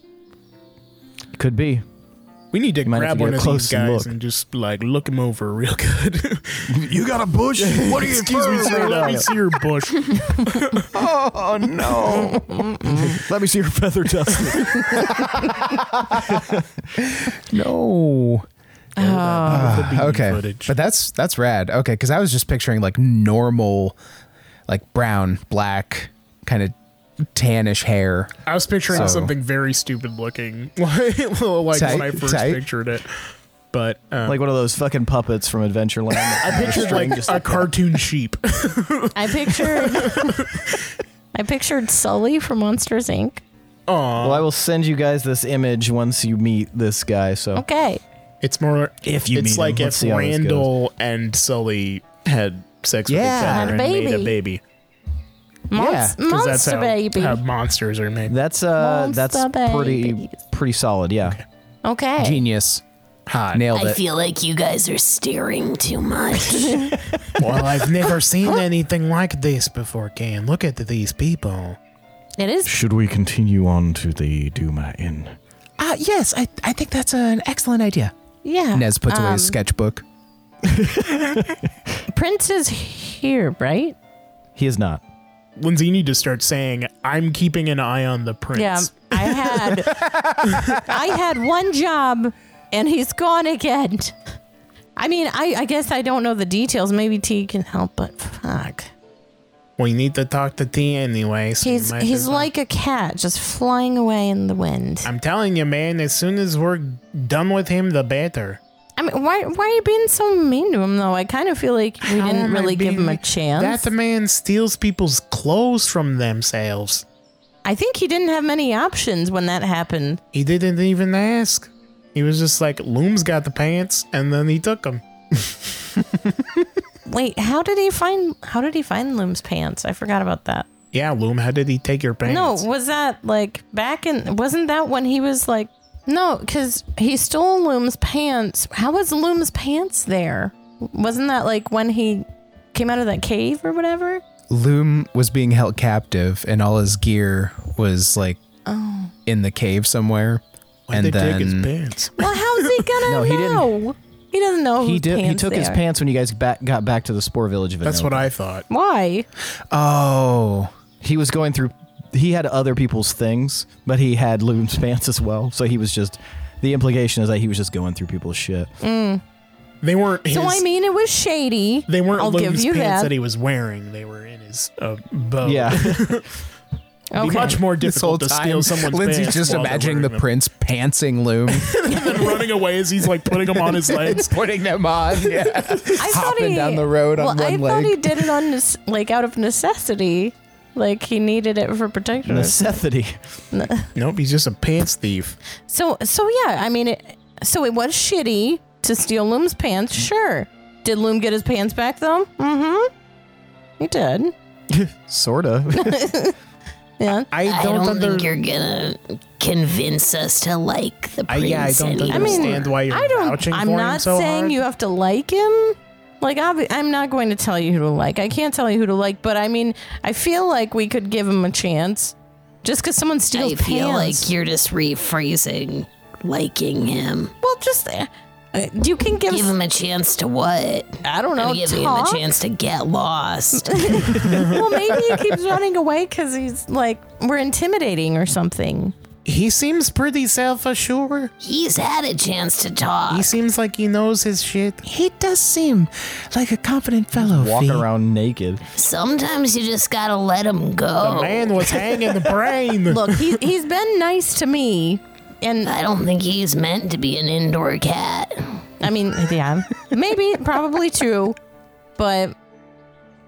Could be. We need to might have to grab get one up of close these and guys look. and, just like look him over real good. You got a bush? What are you Excuse me, sir. Let me see your bush. Oh no. Let me see your feather dust. no. Oh. Ah, Okay. Footage. But that's that's rad. Okay, cuz I was just picturing like normal like brown, black, kind of tannish hair. I was picturing So- something very stupid looking, like Tight, when I first tight. pictured it. But um, like one of those fucking puppets from Adventureland. I pictured like a cartoon sheep. I pictured, I pictured Sully from Monsters Inc. Aw, Well, I will send you guys this image once you meet this guy. So Okay, it's more. If you meet it's him, like let's if see how this goes. Randall and Sully had sex Yeah. with each other Had a and made a baby. baby. Monst- 'Cause monster that's how, baby. how monsters are made. that's uh, that's Monster pretty babies. pretty solid. Yeah. okay, Genius. Hot. Nailed I it. feel like you guys are staring too much. well, I've never seen anything like this before, Can. Look at these people. it is. Should we continue on to the Duma Inn? Ah, yes, I, I think that's an excellent idea. Yeah, Nez puts away um, his sketchbook. Prince is here, right? He is not. Lindsay, you need to start saying, I'm keeping an eye on the prince. Yeah, I had I had one job and he's gone again. I mean, I, I guess I don't know the details. Maybe T can help, but fuck. We need to talk to T anyway. so you He's might he's as well- like a cat just flying away in the wind. I'm telling you, man, as soon as we're done with him, the better. I mean, why why are you being so mean to him though? I kind of feel like we How didn't am I really give him a being- chance. That man steals people's clothes from themselves. I think he didn't have many options when that happened. He didn't even ask. He was just like, Loom's got the pants, and then he took them. Wait, how did he find how did he find Loom's pants? I forgot about that. Yeah, Loom, how did he take your pants? No, was that like back in? Wasn't that when he was like? No, because he stole Loom's pants. How was Loom's pants there? Wasn't that like when he came out of that cave or whatever? Loom was being held captive and all his gear was like Oh. in the cave somewhere. Why and did they take his then pants? Well, how's he gonna No, he didn't. know? He doesn't know He whose did. He pants took they his are. pants when you guys back, got back to the Spore Village of That's what Anoka. I thought. Why? Oh, he was going through. He had other people's things, but he had Loom's pants as well. So he was just. The implication is that he was just going through people's shit. They weren't. His, Mm. So I mean, it was shady. they weren't I'll Logan's give pants you that. that. he was wearing. They were in his uh, bow. Yeah. It'd be much more This whole difficult to steal time, someone's Lindsay's pants just while they're imagining the wearing prince pantsing Loom, them. and running away as he's like putting them on his legs. putting them on, yeah. I thought hopping down the road on well, I one thought leg. he did it on nece- like out of necessity. Like he needed it for protection. Necessity. Nope, he's just a pants thief. so so yeah, I mean it so it was shitty to steal Loom's pants, sure. Did Loom get his pants back though? Mm-hmm. He did. Sorta. Yeah. I don't, think you're gonna convince us to like the I- prince. yeah, I don't anymore. think- I mean understand why you're I don't vouching I'm for him not so saying hard. you have to like him. Like obvi- I'm not going to tell you who to like. I can't tell you who to like, but I mean, I feel like we could give him a chance. Just because someone steals I feel pants. like you're just rephrasing liking him. Well, just uh, you can give. Give him a chance to what? I don't know. I'm giving him talk. a chance to get lost. Mm-hmm. well, maybe he keeps running away because he's like we're intimidating or something. He seems pretty self-assured. He's had a chance to talk. He seems like he knows his shit. He does seem like a confident fellow. Walking Fee. around naked. Sometimes you just gotta let him The go. man was hanging the brain. Look, he he's been nice to me, and I don't think he's meant to be an indoor cat. I mean, yeah, maybe probably true, but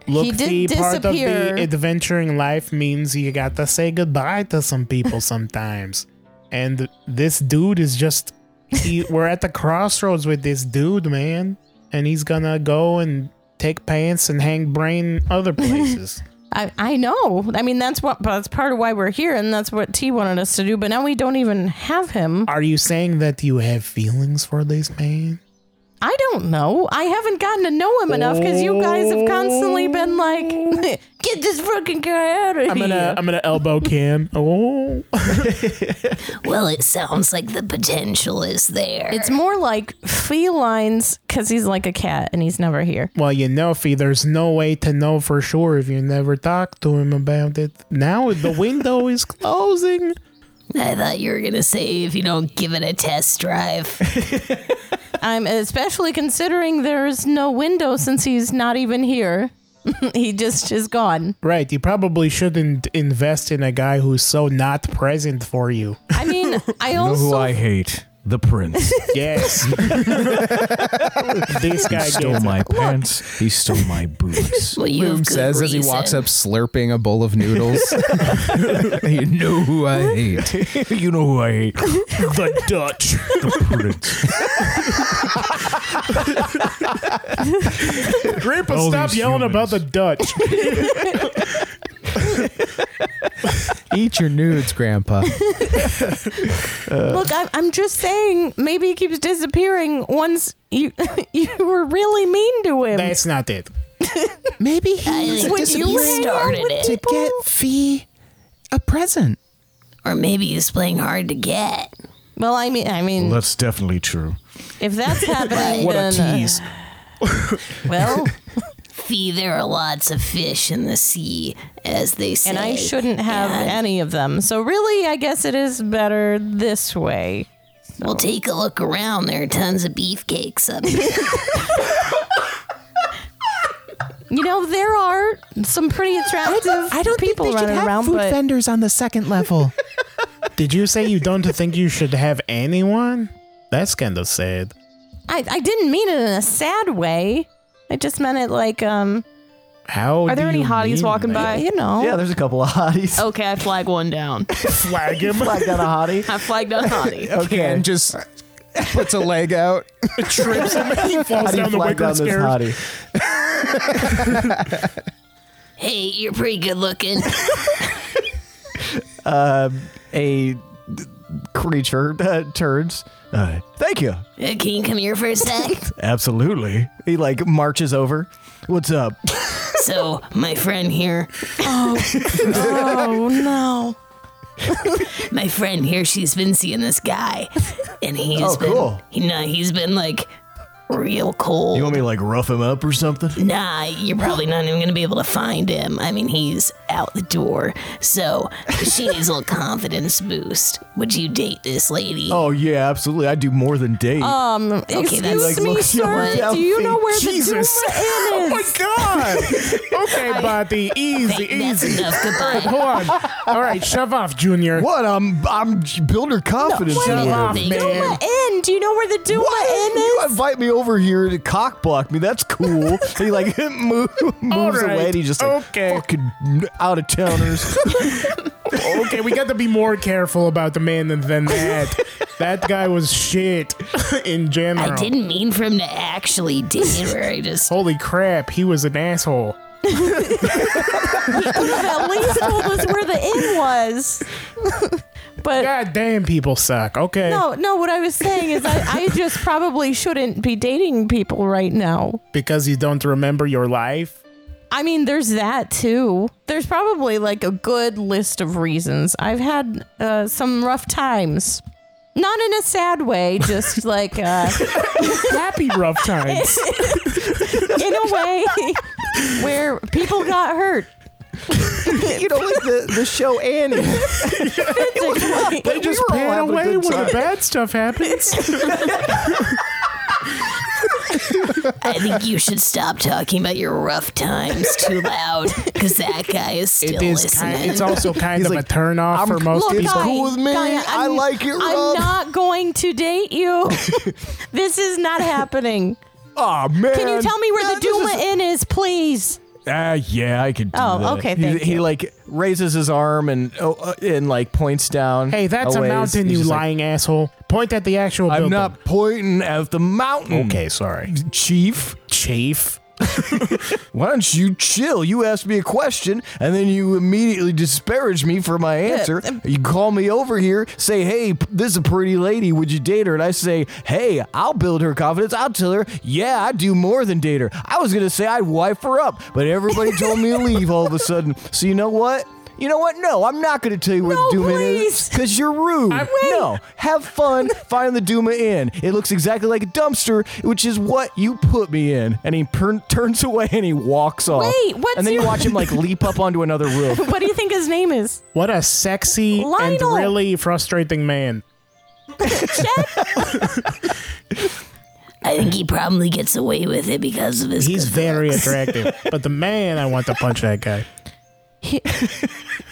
Look, he did the part of disappear. the adventuring life means you got to say goodbye to some people sometimes. And this dude is just he, we're at the crossroads with this dude, man, and he's gonna go and take pants and hang brain other places. I I know. I mean, that's what that's part of why we're here, and that's what T wanted us to do. But now we don't even have him. Are you saying that you have feelings for this man? I don't know. I haven't gotten to know him enough because you guys have constantly been like, "Get this fucking guy out of I'm here." gonna I'm gonna elbow Cam. Oh, Well, it sounds like the potential is there. It's more like felines because he's like a cat and he's never here. well, you know, Fee, there's no way to know for sure if you never talk to him about it. Now the window is closing. I thought you were gonna say if you don't give it a test drive. I'm especially considering there is no window since he's not even here. he just is gone. Right, you probably shouldn't invest in a guy who's so not present for you. I mean, I also hate? The prince. Yes. this guy gets it. pants. He stole my boots. Well, you have Loom good says as he walks reason. up, slurping a bowl of noodles. you know who I hate. you know who I hate? the Dutch. Prince. Grandpa, All stop these yelling humans. about the Dutch. Eat your nudes, Grandpa. Uh, look. I'm, I'm just saying, maybe he keeps disappearing. Once you you were really mean to him. That's not it. Maybe he I was think Would you he hang out started with it, to get Fee a present. or maybe he's playing hard to get. well, I mean, I mean, That's definitely true. if that's happening, What a then uh, tease. well, Fee, there are lots of fish in the sea, as they say. and I shouldn't have any of them. So really, I guess it is better this way. Well, take a look around. There are tons of beefcakes up here. You know, there are some pretty attractive I don't people think they should running have around, food but vendors on the second level. Did you say you don't think you should have anyone? That's kind of sad. I, I didn't mean it in a sad way. I just meant it like, um, How Are there do any you hotties mean walking by? that? you know. Yeah, there's a couple of hotties. Okay, I flag one down. Flag him. Flagged down a hottie. I flagged a hottie. Okay. And just puts a leg out. trips him. He falls How do you down the flag down wicker this stairs. hottie? hey, you're pretty good looking. Uh, Um, a creature uh, turns. Uh, Thank you. Uh, Can you come here for a sec? Absolutely. He like marches over. What's up? so, my friend here, Oh, no. my friend here, she's been seeing this guy, and he's Oh, been, cool. he, no, he's been like real cold. You want me to like rough him up or something? Nah, you're probably not even gonna be able to find him. I mean, he's out the door. So she needs a little confidence boost. Would you date this lady? Oh yeah, absolutely. I do more than date. Uh, Um, excuse that's- Like, me, look, sir. look how Do you know fake- where Jesus. the Duma Inn is? God. Okay, buddy. Easy, Thank- that's easy. enough. Goodbye. Hold on. All right, shove off, Junior. what? I'm I'm build her confidence. No, in wait. her. Thank man. you. Duma Inn. Do you know where the Duma What? Inn You is? invite me over here to cock block me. That's cool. he like move, moves right. away. And he just like Okay. fucking out of towners. Okay, we got to be more careful about the man than that. That guy was shit in general. I didn't mean for him to actually date her. I just Holy crap, he was an asshole. At least told us where the inn was. but God damn, people suck. Okay. no, no. What I was saying is, I, I just probably shouldn't be dating people right now. Because you don't remember your life. I mean, there's that too. There's probably like a good list of reasons. I've had uh, some rough times. Not in a sad way, just like uh, Happy rough times. in a way where people got hurt. you know, like the, the show Annie. physically. They just were all pan having a away good when time. the bad stuff happens. I think you should stop talking about your rough times too loud because that guy is still It is listening. kind, it's also kind of like, a turnoff "I'm for most Look, people. It's guy, cool with me. guy, I I'm- like it rough. I'm not going to date you. this is not happening. Oh man! Can you tell me where Yeah, the this Duma is- Inn is, please? Ah, yeah, I could do Oh, that. okay, He- thank he, you. like raises his arm and oh, uh, and like points down. Hey, that's a ways. mountain, He's you just like, lying asshole. Point at the actual I'm building. not pointing at the mountain. Okay, sorry. Chief. Chief. Why don't you chill? You asked me a question, and then you immediately disparage me for my answer. You call me over here, say, "Hey, p- this is a pretty lady. Would you date her?" And I say, "Hey, I'll build her confidence. I'll tell her, yeah, I do more than date her. I was gonna say I'd wife her up, but everybody told me to leave all of a sudden. So you know what?" You know what? No, I'm not going to tell you where the Duma Inn please. is because you're rude. no, have fun. Find the Duma Inn. It looks exactly like a dumpster, which is what you put me in. And he pern- turns away and he walks off. Wait, what's And then you your- watch him like leap up onto another roof. What do you think his name is? What a sexy Lionel. and really frustrating man. I think he probably gets away with it because of his. He's good very looks. attractive. but the man, I want to punch that guy.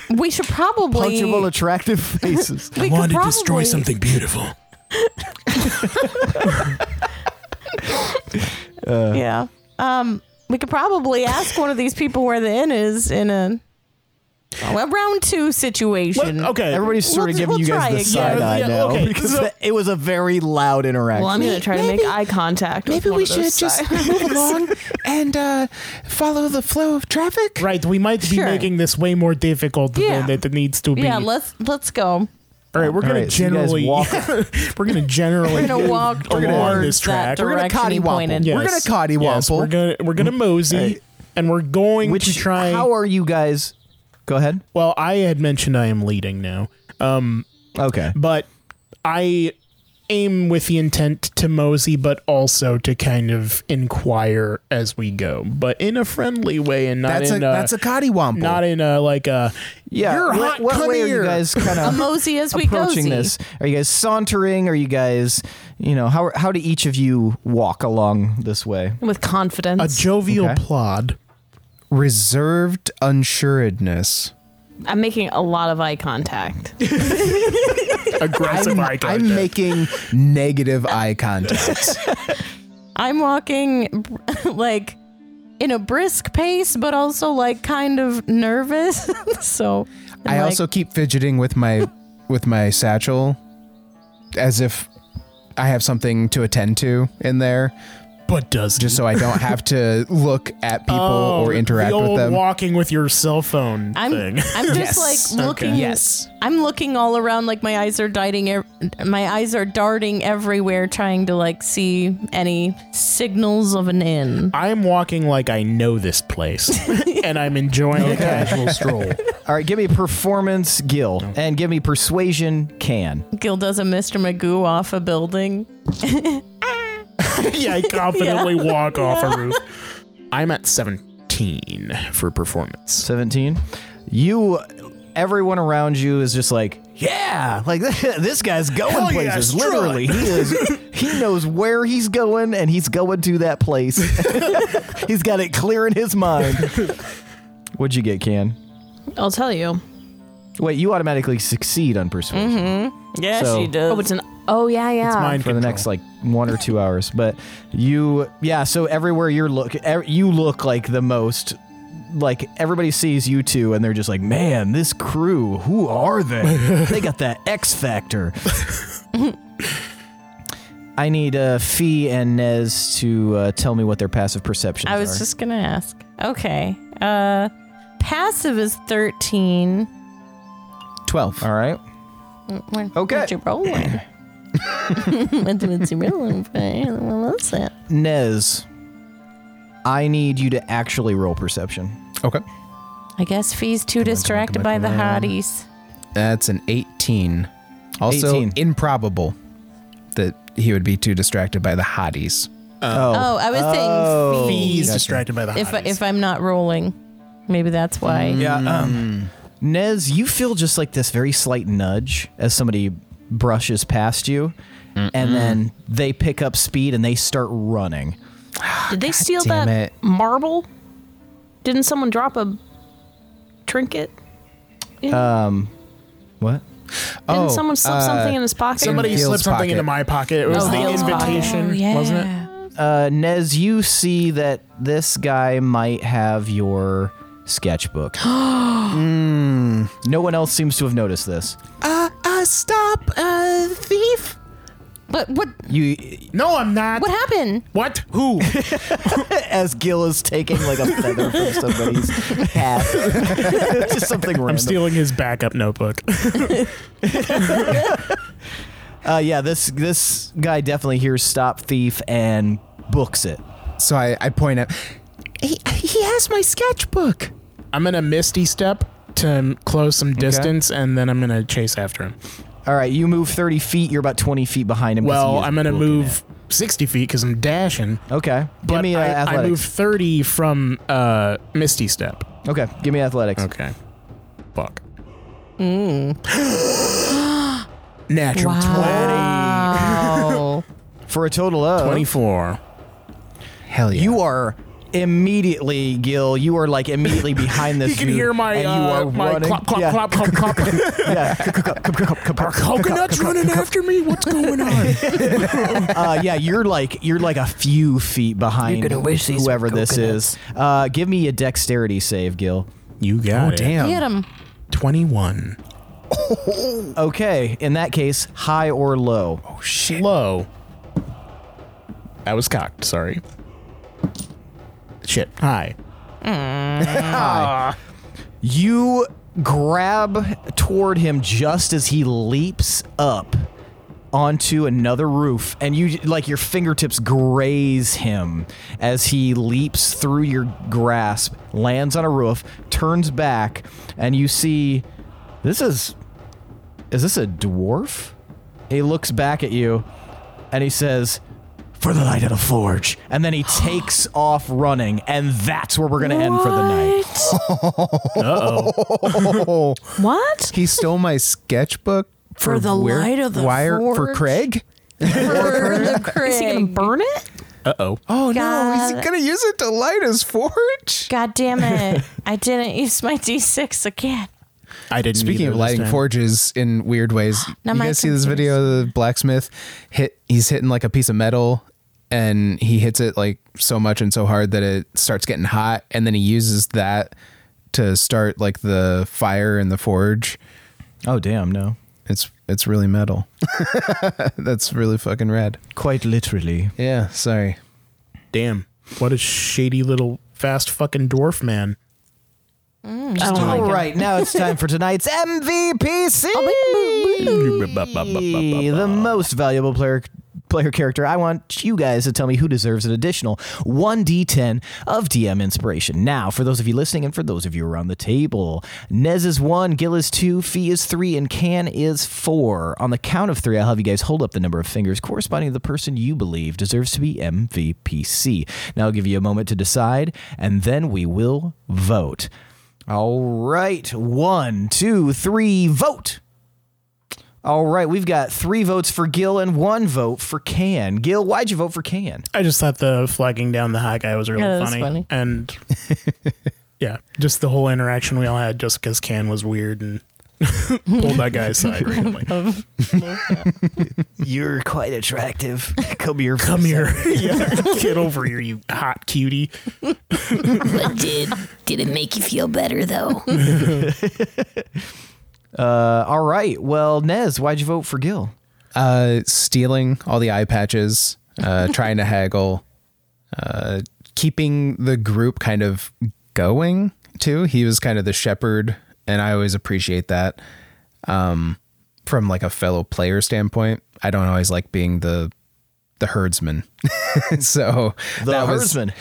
We should probably Punchable, attractive faces. we could probably, beautiful. Uh, Yeah. Um, we could probably ask one of these people where the inn is in a, a round two situation. Okay. Everybody's sort We'll- of giving we'll you try guys the again. side eye Yeah, now okay, because so- that- it was a very loud interaction. I'm gonna try to make eye contact. with Maybe one we of those should just guys. move along and uh, follow the flow of traffic. Right, we might be Sure. making this way more difficult Yeah. than it needs to be. Yeah, let's let's go. All right, we're gonna right, so you guys generally walk- we're gonna generally We're gonna walk along towards this that track. direction. he pointed. Yes. We're gonna cottywomple. Yes, we're gonna we're gonna mosey, and we're going Which to try. How are you guys? Go ahead. well, I had mentioned I am leading now, Um, Okay. but I aim with the intent to mosey, but also to kind of inquire as we go, but in a friendly way and not That's a in a, that's a cottywomple. not in a like a Yeah. You're wh- hot. what come way are here. you guys kind of Mosey as we go. approaching this? Are you guys sauntering? Are you guys, you know, how how do each of you walk along this way? with a confidence. jovial Okay. plod. Reserved unsuredness. I'm making a lot of eye contact. Aggressive eye contact. I'm making negative eye contact. I'm walking like in a brisk pace, but also like kind of nervous. so and, I like, also keep fidgeting with my with my satchel as if I have something to attend to in there, but does just so I don't have to look at people Oh, or interact the old with them. Walking with your cell phone I'm thing. I'm just like looking. Yes. I'm looking all around, like my eyes are darting. ev- My eyes are darting everywhere, trying to like see any signals of an inn. I'm walking like I know this place, and I'm enjoying a casual stroll. All right, give me performance, Gil, and give me persuasion, Can. Gil does a Mr. Magoo off a building. yeah, I confidently walk off a roof. I'm at 17 for performance. 17. You, everyone around you is just like, yeah, like this guy's going Hell yeah, places. strut." Literally, he is. he knows where he's going, and he's going to that place. he's got it clear in his mind. What'd you get, Can? I'll tell you. Wait, you automatically succeed on persuasion Mm, Mm-hmm. Yeah, So- she does. Oh, it's an. Oh yeah, yeah. Mind for the control. next like one or two hours. But you, yeah. So everywhere you're look, ev- you look like the most. Like everybody sees you two, and they're just like, "Man, this crew. Who are they? they got that X factor." I need uh, Fee and Nez to uh, tell me what their passive perceptions I was are. just gonna ask. Okay. Uh passive is thirteen. twelve. All right. Okay. What's your rolling? What's your rolling? What's that? Nez, I need you to actually roll perception. Okay. I guess Fee's too distracted by the hotties. That's an 18. Also 18. improbable that he would be too distracted by the hotties. Oh, I was Oh. saying He's Gotcha. distracted by the If hotties. if I'm not rolling, maybe that's why. Mm. Yeah. Um, Nez, you feel just like this very slight nudge as somebody brushes past you, and then they pick up speed and they start running. Did they steal that damn it. marble? Didn't someone drop a trinket? Um, What? Didn't someone slip uh, something in his pocket? Oh, Somebody Gil's slipped something pocket. into my pocket. It was Oh, the Gil's pocket. invitation, wasn't it? Uh, Nez, you see that this guy might have your sketchbook. Mm. No one else seems to have noticed this. Uh, uh, stop, uh, thief. But what You, No, I'm not. what happened? What? Who? as Gil is taking like a feather from somebody's hat, just something random. I'm stealing his backup notebook. Uh, yeah, this this guy definitely hears "Stop Thief" and books it. So I, I point out, He, he has my sketchbook. I'm gonna misty step to m- close some distance, and then I'm gonna chase after him. All right, you move thirty feet. You're about twenty feet behind him. 'cause he Well, is I'm gonna booking move 60 feet because I'm dashing. it. Okay, give But me uh, I, I moved athletics. 30 from uh, misty step. Okay, give me athletics. Okay. Fuck. Natural For a total of 20. 24. hell yeah. you are immediately Gil. You are like immediately behind this. You can dude, hear my and you uh, are my running. clop clop yeah, clop clop clop. yeah. Coconuts running after me. What's going on? uh, yeah, you're like you're like a few feet behind You're gonna wish these were whoever this is. Uh, give me a dexterity save, Gil. You Oh, got it. Get him. 21. Okay, in that case, high or low. Oh, Low. I was cocked. Sorry. Shit. Hi. Mm. You grab toward him just as he leaps up onto another roof and you like your fingertips graze him as he leaps through your grasp, lands on a roof, turns back and you see this is is this a dwarf? He looks back at you and he says for the night at a forge and then he takes off running and that's where we're going to end for the night. What? he stole my sketchbook for, the where- light of the wire for forge? Craig. Mm. Is he gonna burn it? Uh oh. Oh no, God. he's gonna use it to light his forge. God damn it. I didn't use my D6 again. I didn't. Speaking either of this lighting time. forges in weird ways, Now you my guys see this computer's- video of the blacksmith hit? He's hitting like a piece of metal, and he hits it like so much and so hard that it starts getting hot, and then he uses that to start like the fire in the forge. Oh damn, no. It's it's really metal. That's really fucking rad. Quite literally. Yeah, sorry. Damn. What a shady little fast fucking dwarf man. I don't All like it. Oh, right, now it's time for tonight's MVPC, the most valuable player player character, I want you guys to tell me who deserves an additional 1d10 of DM inspiration. Now, for those of you listening and for those of you around the table, Nez is 1, Gil is 2, Fee is 3, and Can is 4. On the count of 3, I'll have you guys hold up the number of fingers corresponding to the person you believe deserves to be MVPC. Now, I'll give you a moment to decide, and then we will vote. All right. One, two, three, vote. All right. We've got three votes for Gil and one vote for Can. Gil, why'd you vote for Can? I just thought the flagging down the hot guy was really Yeah, that was funny. funny. And yeah, just the whole interaction we all had just because Can was weird and pulled that guy aside randomly. You're quite attractive. Come here. Come here. yeah, get over here, you hot cutie. But did did it make you feel better though? Uh, all right. Well, Nez, why'd you vote for Gil? Uh, stealing all the eye patches, uh, trying to haggle, uh, keeping the group kind of going too. He was kind of the shepherd, and I always appreciate that. Um, from like a fellow player standpoint, I don't always like being the the herdsman. so The that was- herdsman.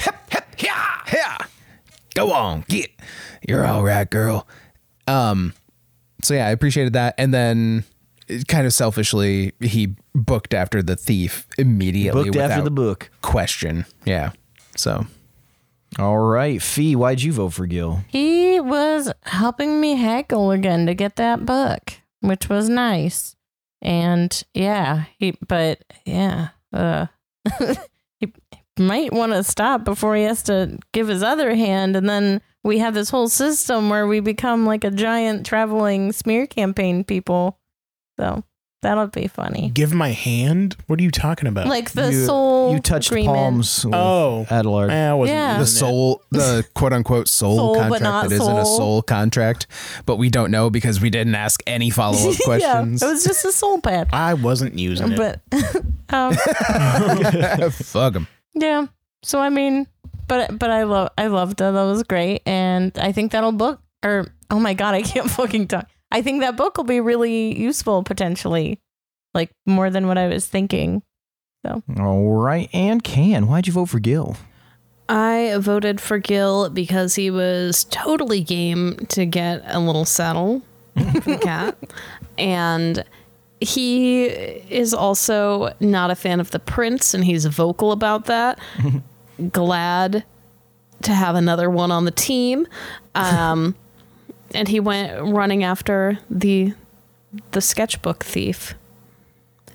yeah, yeah. Go on, get. You're all right, girl. Um, so yeah, I appreciated that, and then it- kind of selfishly, he booked after the thief immediately Booked without after the book. question. Yeah, so All right. Fee, why'd you vote for Gil? He was helping me haggle again to get that book, which was nice. And yeah, he but yeah, uh he might want to stop before he has to give his other hand and then we have this whole system where we become like a giant traveling smear campaign people. So that'll be funny. Give my hand? What are you talking about? Like the you, soul You touched agreement. palms with oh, Adelar. eh, I wasn't Yeah. using the it. soul, the quote unquote soul, Soul, but contract not that not a soul. soul contract, but we don't know because we didn't ask any follow up yeah, it questions. was just a soul patch. I wasn't using it. But um Fuck him. Yeah. So I mean, but but I love I loved that. That was great, and I think that'll book or oh my god, I can't fucking talk. I think that book will be really useful potentially, like more than what I was thinking. All right. And Can, why'd you vote for Gil? I voted for Gil because he was totally game to get a little saddle for the cat. And he is also not a fan of the prince, and he's vocal about that. Glad to have another one on the team. Um, and he went running after the the sketchbook thief.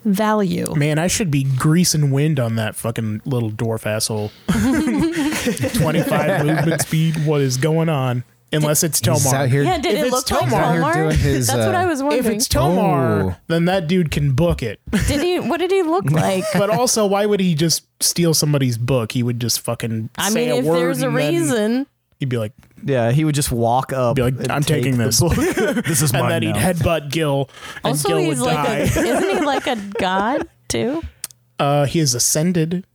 Value. Man, I should be greasing wind on that fucking little dwarf asshole. 25 movement speed. What is going on? Unless it's Tomar. He's out here. Yeah, did If it look it's like Tomar, you're Tomar? doing his, That's what uh, I was If wondering. it's Tomar, Oh. then that dude can book it. did he? What did he look like? But also, why would he just steal somebody's book? He would just fucking I say mean, a if word there's a and then reason, he'd be like, Yeah, he would just walk up. be like and I'm take taking the this. book. and This is mine then he'd now. headbutt Gil, and also Gil he's would like, die. a, isn't he like a god too? uh, he is ascended,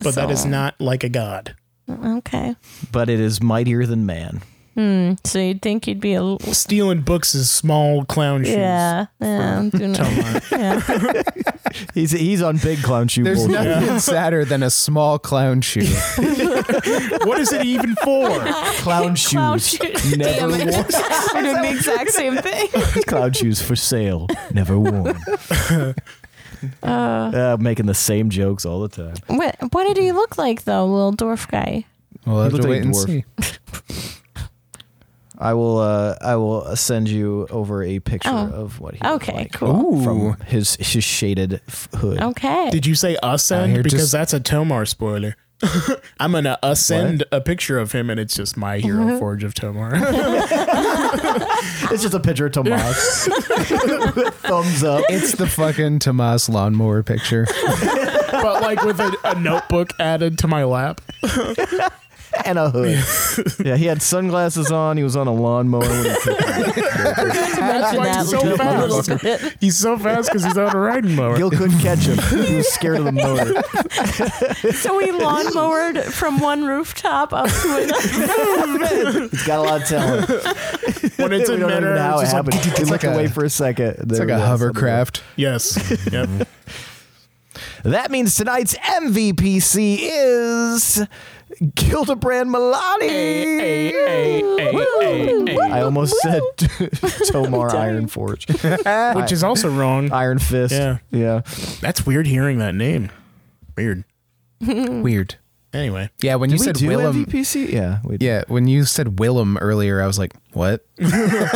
but that is So- not like a god. Okay. but it is mightier than man. Hmm. So you'd think you'd be a l- Stealing books is small clown shoes. yeah yeah. I'm doing- yeah. He's he's on big clown shoe. There's bullshit. nothing sadder than a small clown shoe. What is it even for? clown shoes. Clown shoes. Never Damn it. worn. We're doing the exact same thing. clown shoes for sale. Never worn. Uh, Uh, making the same jokes all the time. what what did he look like though, little dwarf guy? We'll have He to looked like wait a and dwarf. see. I will. Uh, I will send you over a picture Oh. of what he. looked Okay, like cool. From his his shaded f- hood. Okay. Did you say Out here ascend? Because just- that's a Tomar spoiler. I'm gonna ascend a picture of him, and it's just my Mm-hmm. hero forge of Tomar. It's just a picture of Tomas. With thumbs up. It's the fucking Tomas lawnmower picture. but like with a, a notebook added to my lap. and a hood. yeah, he had sunglasses on. He was on a lawnmower. When he took it. Mention why that he's so little- fast. little bit. He's so fast because he's on a riding mower. Gil couldn't catch him. He was scared of the motor. So we lawnmowered from one rooftop up to another. He's got a lot of talent. when it's we in don't mid even know how it it's just happened. like, he It's looked like a- away for a second. It's like a hovercraft. yes, yep. That means tonight's MVPC is Gildebrand Malati. I almost said Tomar Ironforge. which is also wrong. Iron Fist. Yeah. Yeah. That's weird hearing that name. Weird. Weird. Anyway, Yeah, when you we said do Willem, MVPC? Yeah. We did. yeah, when you said Willem earlier, I was like, what?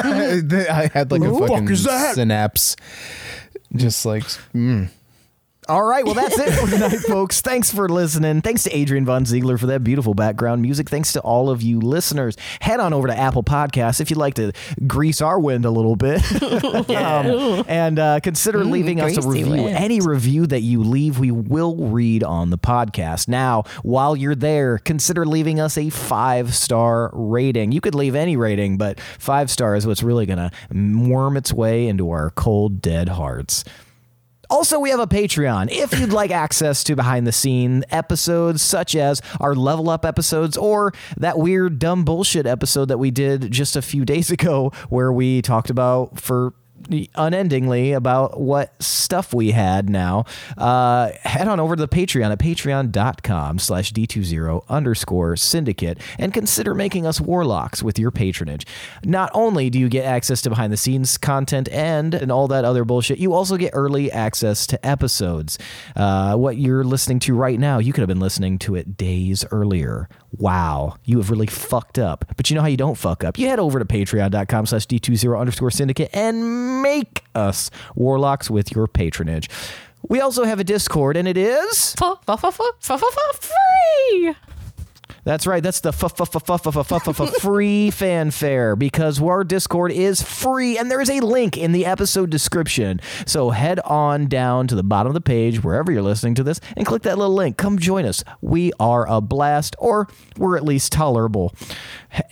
I had like a What the fuck fucking is that? synapse. Just like, mm. All right, well, that's it for tonight, folks. Thanks for listening. Thanks to Adrian Von Ziegler for that beautiful background music. Thanks to all of you listeners. Head on over to Apple Podcasts if you'd like to grease our wind a little bit. Um, and uh, consider leaving us a Mm, greasy review. wind. Any review that you leave, we will read on the podcast. Now, while you're there, consider leaving us a five star rating. You could leave any rating, but five star is what's really going to worm its way into our cold, dead hearts. Also, we have a Patreon. If you'd like access to behind the scene episodes, such as our level up episodes or that weird dumb bullshit episode that we did just a few days ago, where we talked about for unendingly about what stuff we had now uh, head on over to the patreon at patreon.com slash d20 underscore syndicate and consider making us warlocks with your patronage not only do you get access to behind the scenes content and and all that other bullshit you also get early access to episodes uh, what you're listening to right now you could have been listening to it days earlier wow you have really fucked up but you know how you don't fuck up you head over to patreon.com slash d20 underscore syndicate and make us warlocks with your patronage we also have a discord and it is Fu- fu- fu- fu- fu- fu- fu- Free. that's right. That's the fu- fu- fu- fu- fu- fu- fu- fu- fu- free fanfare because our Discord is free and there is a link in the episode description. So head on down to the bottom of the page, wherever you're listening to this, and click that little link. Come join us. We are a blast, or we're at least tolerable.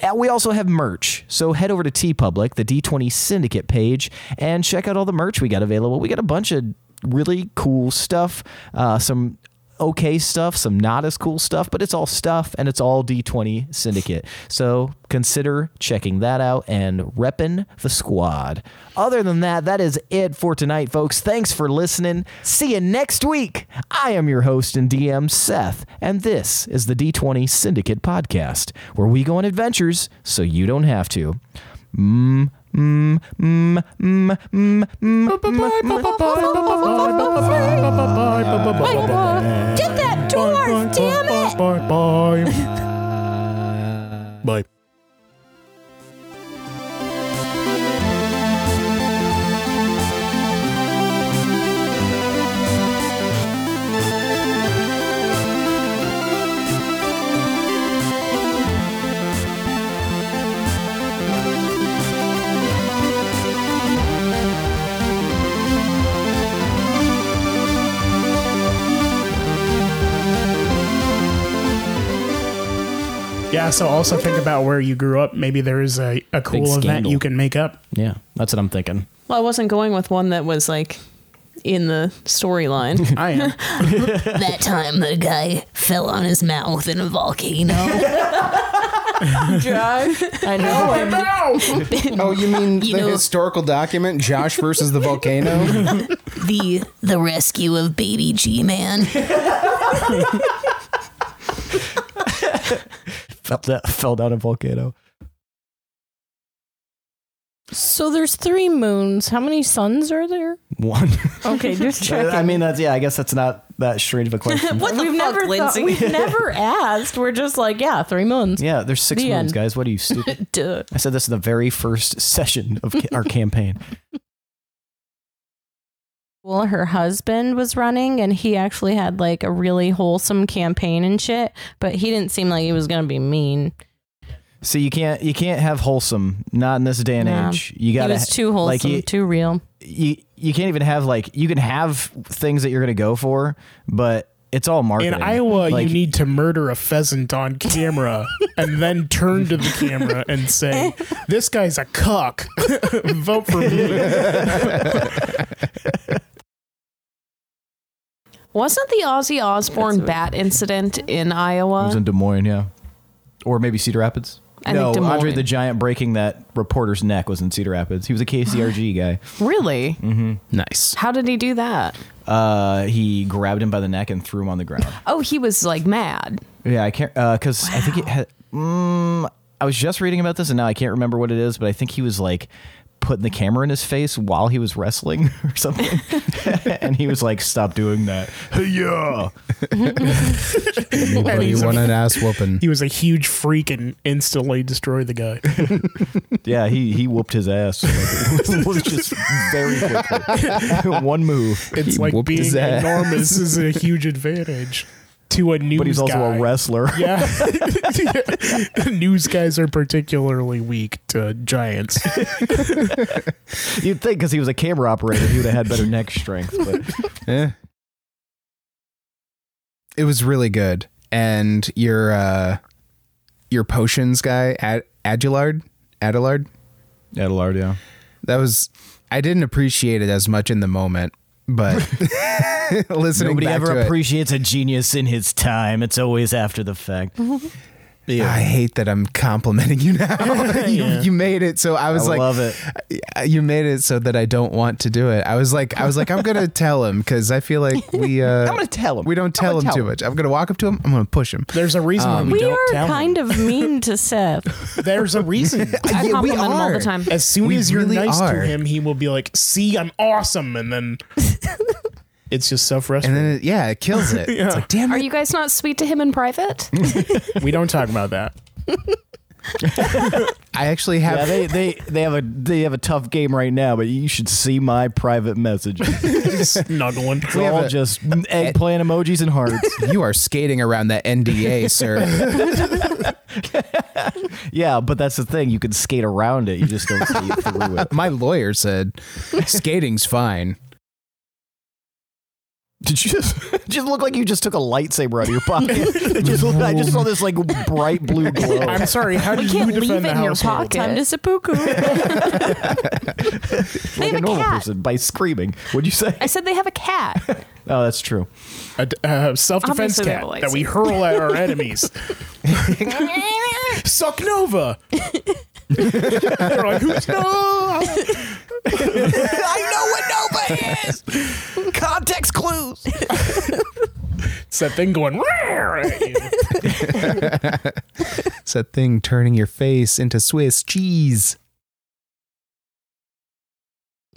H- We also have merch. So head over to T Public, the D20 Syndicate page, and check out all the merch we got available. We got a bunch of really cool stuff, uh, some okay stuff, some not as cool stuff, but it's all stuff and it's all D20 Syndicate. So consider checking that out and reppin' the squad. Other than that, that is it for tonight, folks. Thanks for listening. See you next week. I am your host and DM, Seth, and this is the D20 Syndicate podcast, where we go on adventures so you don't have to. Mm, mm, mm, mm, mm, mm, Get that dwarf, damn it! Bye. Bye. Yeah, so also think about where you grew up. Maybe there is a, a cool event scandal. you can make up. yeah, that's what I'm thinking. Well, I wasn't going with one that was like in the storyline. I am. That time the guy fell on his mouth in a volcano. I know. oh, you mean You the know- historical document, Josh versus the volcano? the the rescue of baby G Man. Fell, that, fell down a volcano. So there's three moons. How many suns are there? One. Okay, just checking. I mean, that's yeah. I guess that's not that strange of a question. what the we've fuck, never thought- Lindsay? we've never asked. We're just like, yeah, three moons. yeah, there's six The moons, end. guys. What are you stupid? Duh. I said this in the very first session of ca- our campaign. Well, her husband was running, and he actually had like a really wholesome campaign and shit. But he didn't seem like he was gonna be mean. See, you can't you can't have wholesome. Not in this day and No. age. You He gotta was too wholesome, like, you- too real. you you can't even have like you can have things that you're gonna go for, but it's all marketing. In Iowa, Like, you need to murder a pheasant on camera and then turn to the camera and say, This guy's a cuck. Vote for me. Wasn't the Ozzy Osbourne bat incident in it Iowa? was in Des Moines, yeah, or maybe Cedar Rapids. I no, think Des Andre Moines. the Giant breaking that reporter's neck was in Cedar Rapids. He was a KCRG guy. Mm-hmm. really? nice. How did he do that? uh, he grabbed him by the neck and threw him on the ground. Oh, he was like mad. Yeah, I can't because I think it had. Mm, I was just reading about this, and now I can't remember what it is, but I think he was like putting the camera in his face while he was wrestling or something, and he was like, "Stop doing that!" Yeah, Well, you want an ass whooping. He was a huge freak and instantly destroyed the guy. yeah. He he whooped his ass. Like, it was just very quickly, one move. It's He like whooped being his ass. enormous is a huge advantage to a news But he's also guy. a wrestler. Yeah. news guys are particularly weak to giants. You'd think because he was a camera operator, he would have had better neck strength. But Eh. It was really good. And your uh your potions guy, Ad- Adulard, Adulard, Adelard, yeah. that was I didn't appreciate it as much in the moment, but listening Nobody back ever to it, appreciates a genius in his time. It's always after the fact. I hate that I'm complimenting you now. you, you made it so I I was like, love it. you made it so that I don't want to do it. I was like, I was like, I'm gonna tell him because I feel like we. Uh, I'm gonna tell him. We don't tell him too much. I'm gonna walk up to him. I'm gonna push him. There's a reason Um, why we, We don't are tell kind of mean to Seth. him. There's a reason. I Yeah, we compliment him all are. the time. As soon We as you're really nice are. to him, he will be like, "See, I'm awesome," and then it's just self And frustrating. then it, yeah, it kills it. It's like damn Are it. you guys not sweet to him in private? We don't talk about that. I actually have. Yeah, they, they they have a they have a tough game right now, but you should see my private messages. It's Snuggling. all a- just eggplant emojis and hearts. you are skating around that NDA, sir. Yeah, but that's the thing. You can skate around it. You just don't see it through it. My lawyer said skating's fine. Did you just just look like you just took a lightsaber out of your pocket? It just looked- I just saw this like bright blue glow. I'm sorry. How do We you can't defend leave it the in your household? pocket. Time to seppuku. like have a a normal cat. person by screaming. What'd you say? I said they have a cat. Oh, that's true. a d- uh, self-defense Obviously they cat have a that we lightsaber. hurl at our enemies. Suck Nova. They're like, who's no? I know what Nova is. Context clues. It's that thing going "Rawr" at you. It's that thing turning your face into Swiss cheese.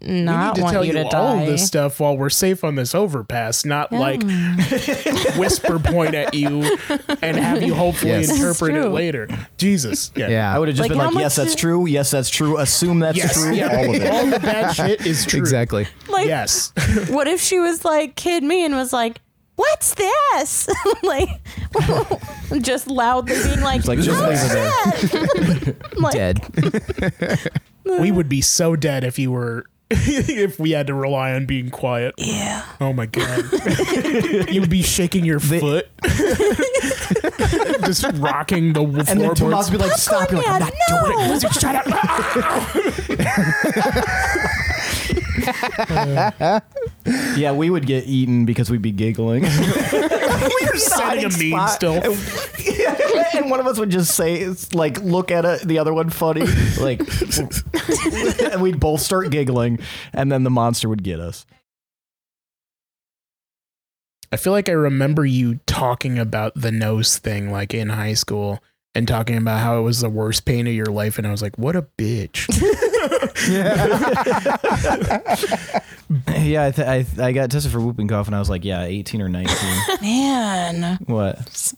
Not we need to want tell you to all die. this stuff while we're safe on this overpass, not like whisper point at you and have you hopefully Yes. That's interpret it true. later. Jesus. Yeah. Yeah, I would have just Like, how been like, much yes, that's did- true. Yes, that's true. Assume that's Yes. true. Yeah. All of it. All the bad shit is true. exactly. Like, Yes. what if she was like, kid me, and was like, what's this? like, just loudly being like, "Oh, Like just leave it there. like, we would be so dead if you were if we had to rely on being quiet. Yeah. Oh my god. you would be shaking your foot. Just rocking the w- And then Tomas floorboards. would be like, stop. You're like, I'm Dad, not no. doing it. Wizard, shut up. Yeah, we would get eaten because we'd be giggling. You're setting a meme still. and one of us would just say, it's like, look at it, the other one funny. Like, and we'd both start giggling, and then the monster would get us. I feel like I remember you talking about the nose thing like in high school and talking about how it was the worst pain of your life and I was like, what a bitch. Yeah, I, th- I, th- I got tested for whooping cough, and I was like, yeah, 18 or 19. man. what?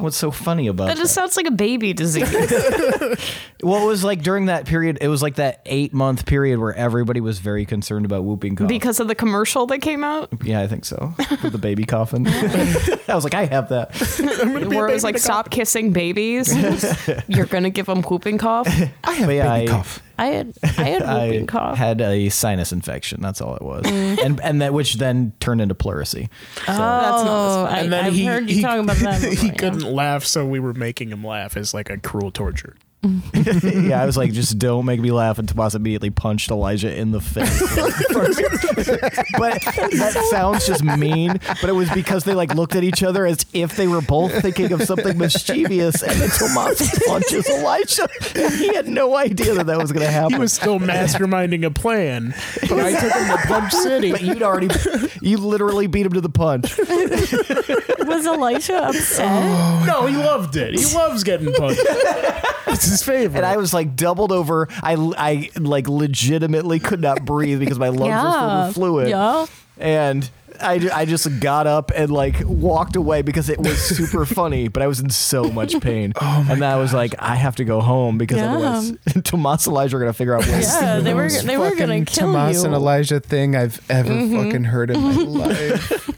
What's so funny about That that? just sounds like a baby disease. Well, it was like during that period, it was like that eight month period where everybody was very concerned about whooping cough. because of the commercial that came out yeah, I think so. With the baby coffin. I was like, I have that. where it was like stop kissing babies you're gonna give them whooping cough I have baby I, cough. I had I had I whooping cough. Mm. had a sinus infection. That's all it was, and and that which then turned into pleurisy. That's Oh, not Oh, I, I've heard you talking about that. he before, yeah. couldn't laugh, so we were making him laugh as like a cruel torture. yeah, I was like, just don't make me laugh. And Tomas immediately punched Elijah in the face. but that sounds just mean. But it was because they like looked at each other as if they were both thinking of something mischievous, and then Tomas punches Elijah. And he had no idea that that was going to happen. He was still masterminding a plan. But I took him to Punch City. but you'd already, you literally beat him to the punch. Was Elijah upset? No, he loved it. He loves getting punched. It's his favorite. And I was like doubled over. I, I like legitimately could not breathe because my lungs were full yeah. of fluid. Yeah. and I, ju- I just got up and like walked away because it was super funny, but I was in so much pain. Oh and then I was like, I have to go home because Yeah. otherwise Tomas and Elijah are gonna figure out ways. Yeah, they were they were gonna fucking kill Tomas you. Mm-hmm. and Elijah thing I've ever fucking heard in my life.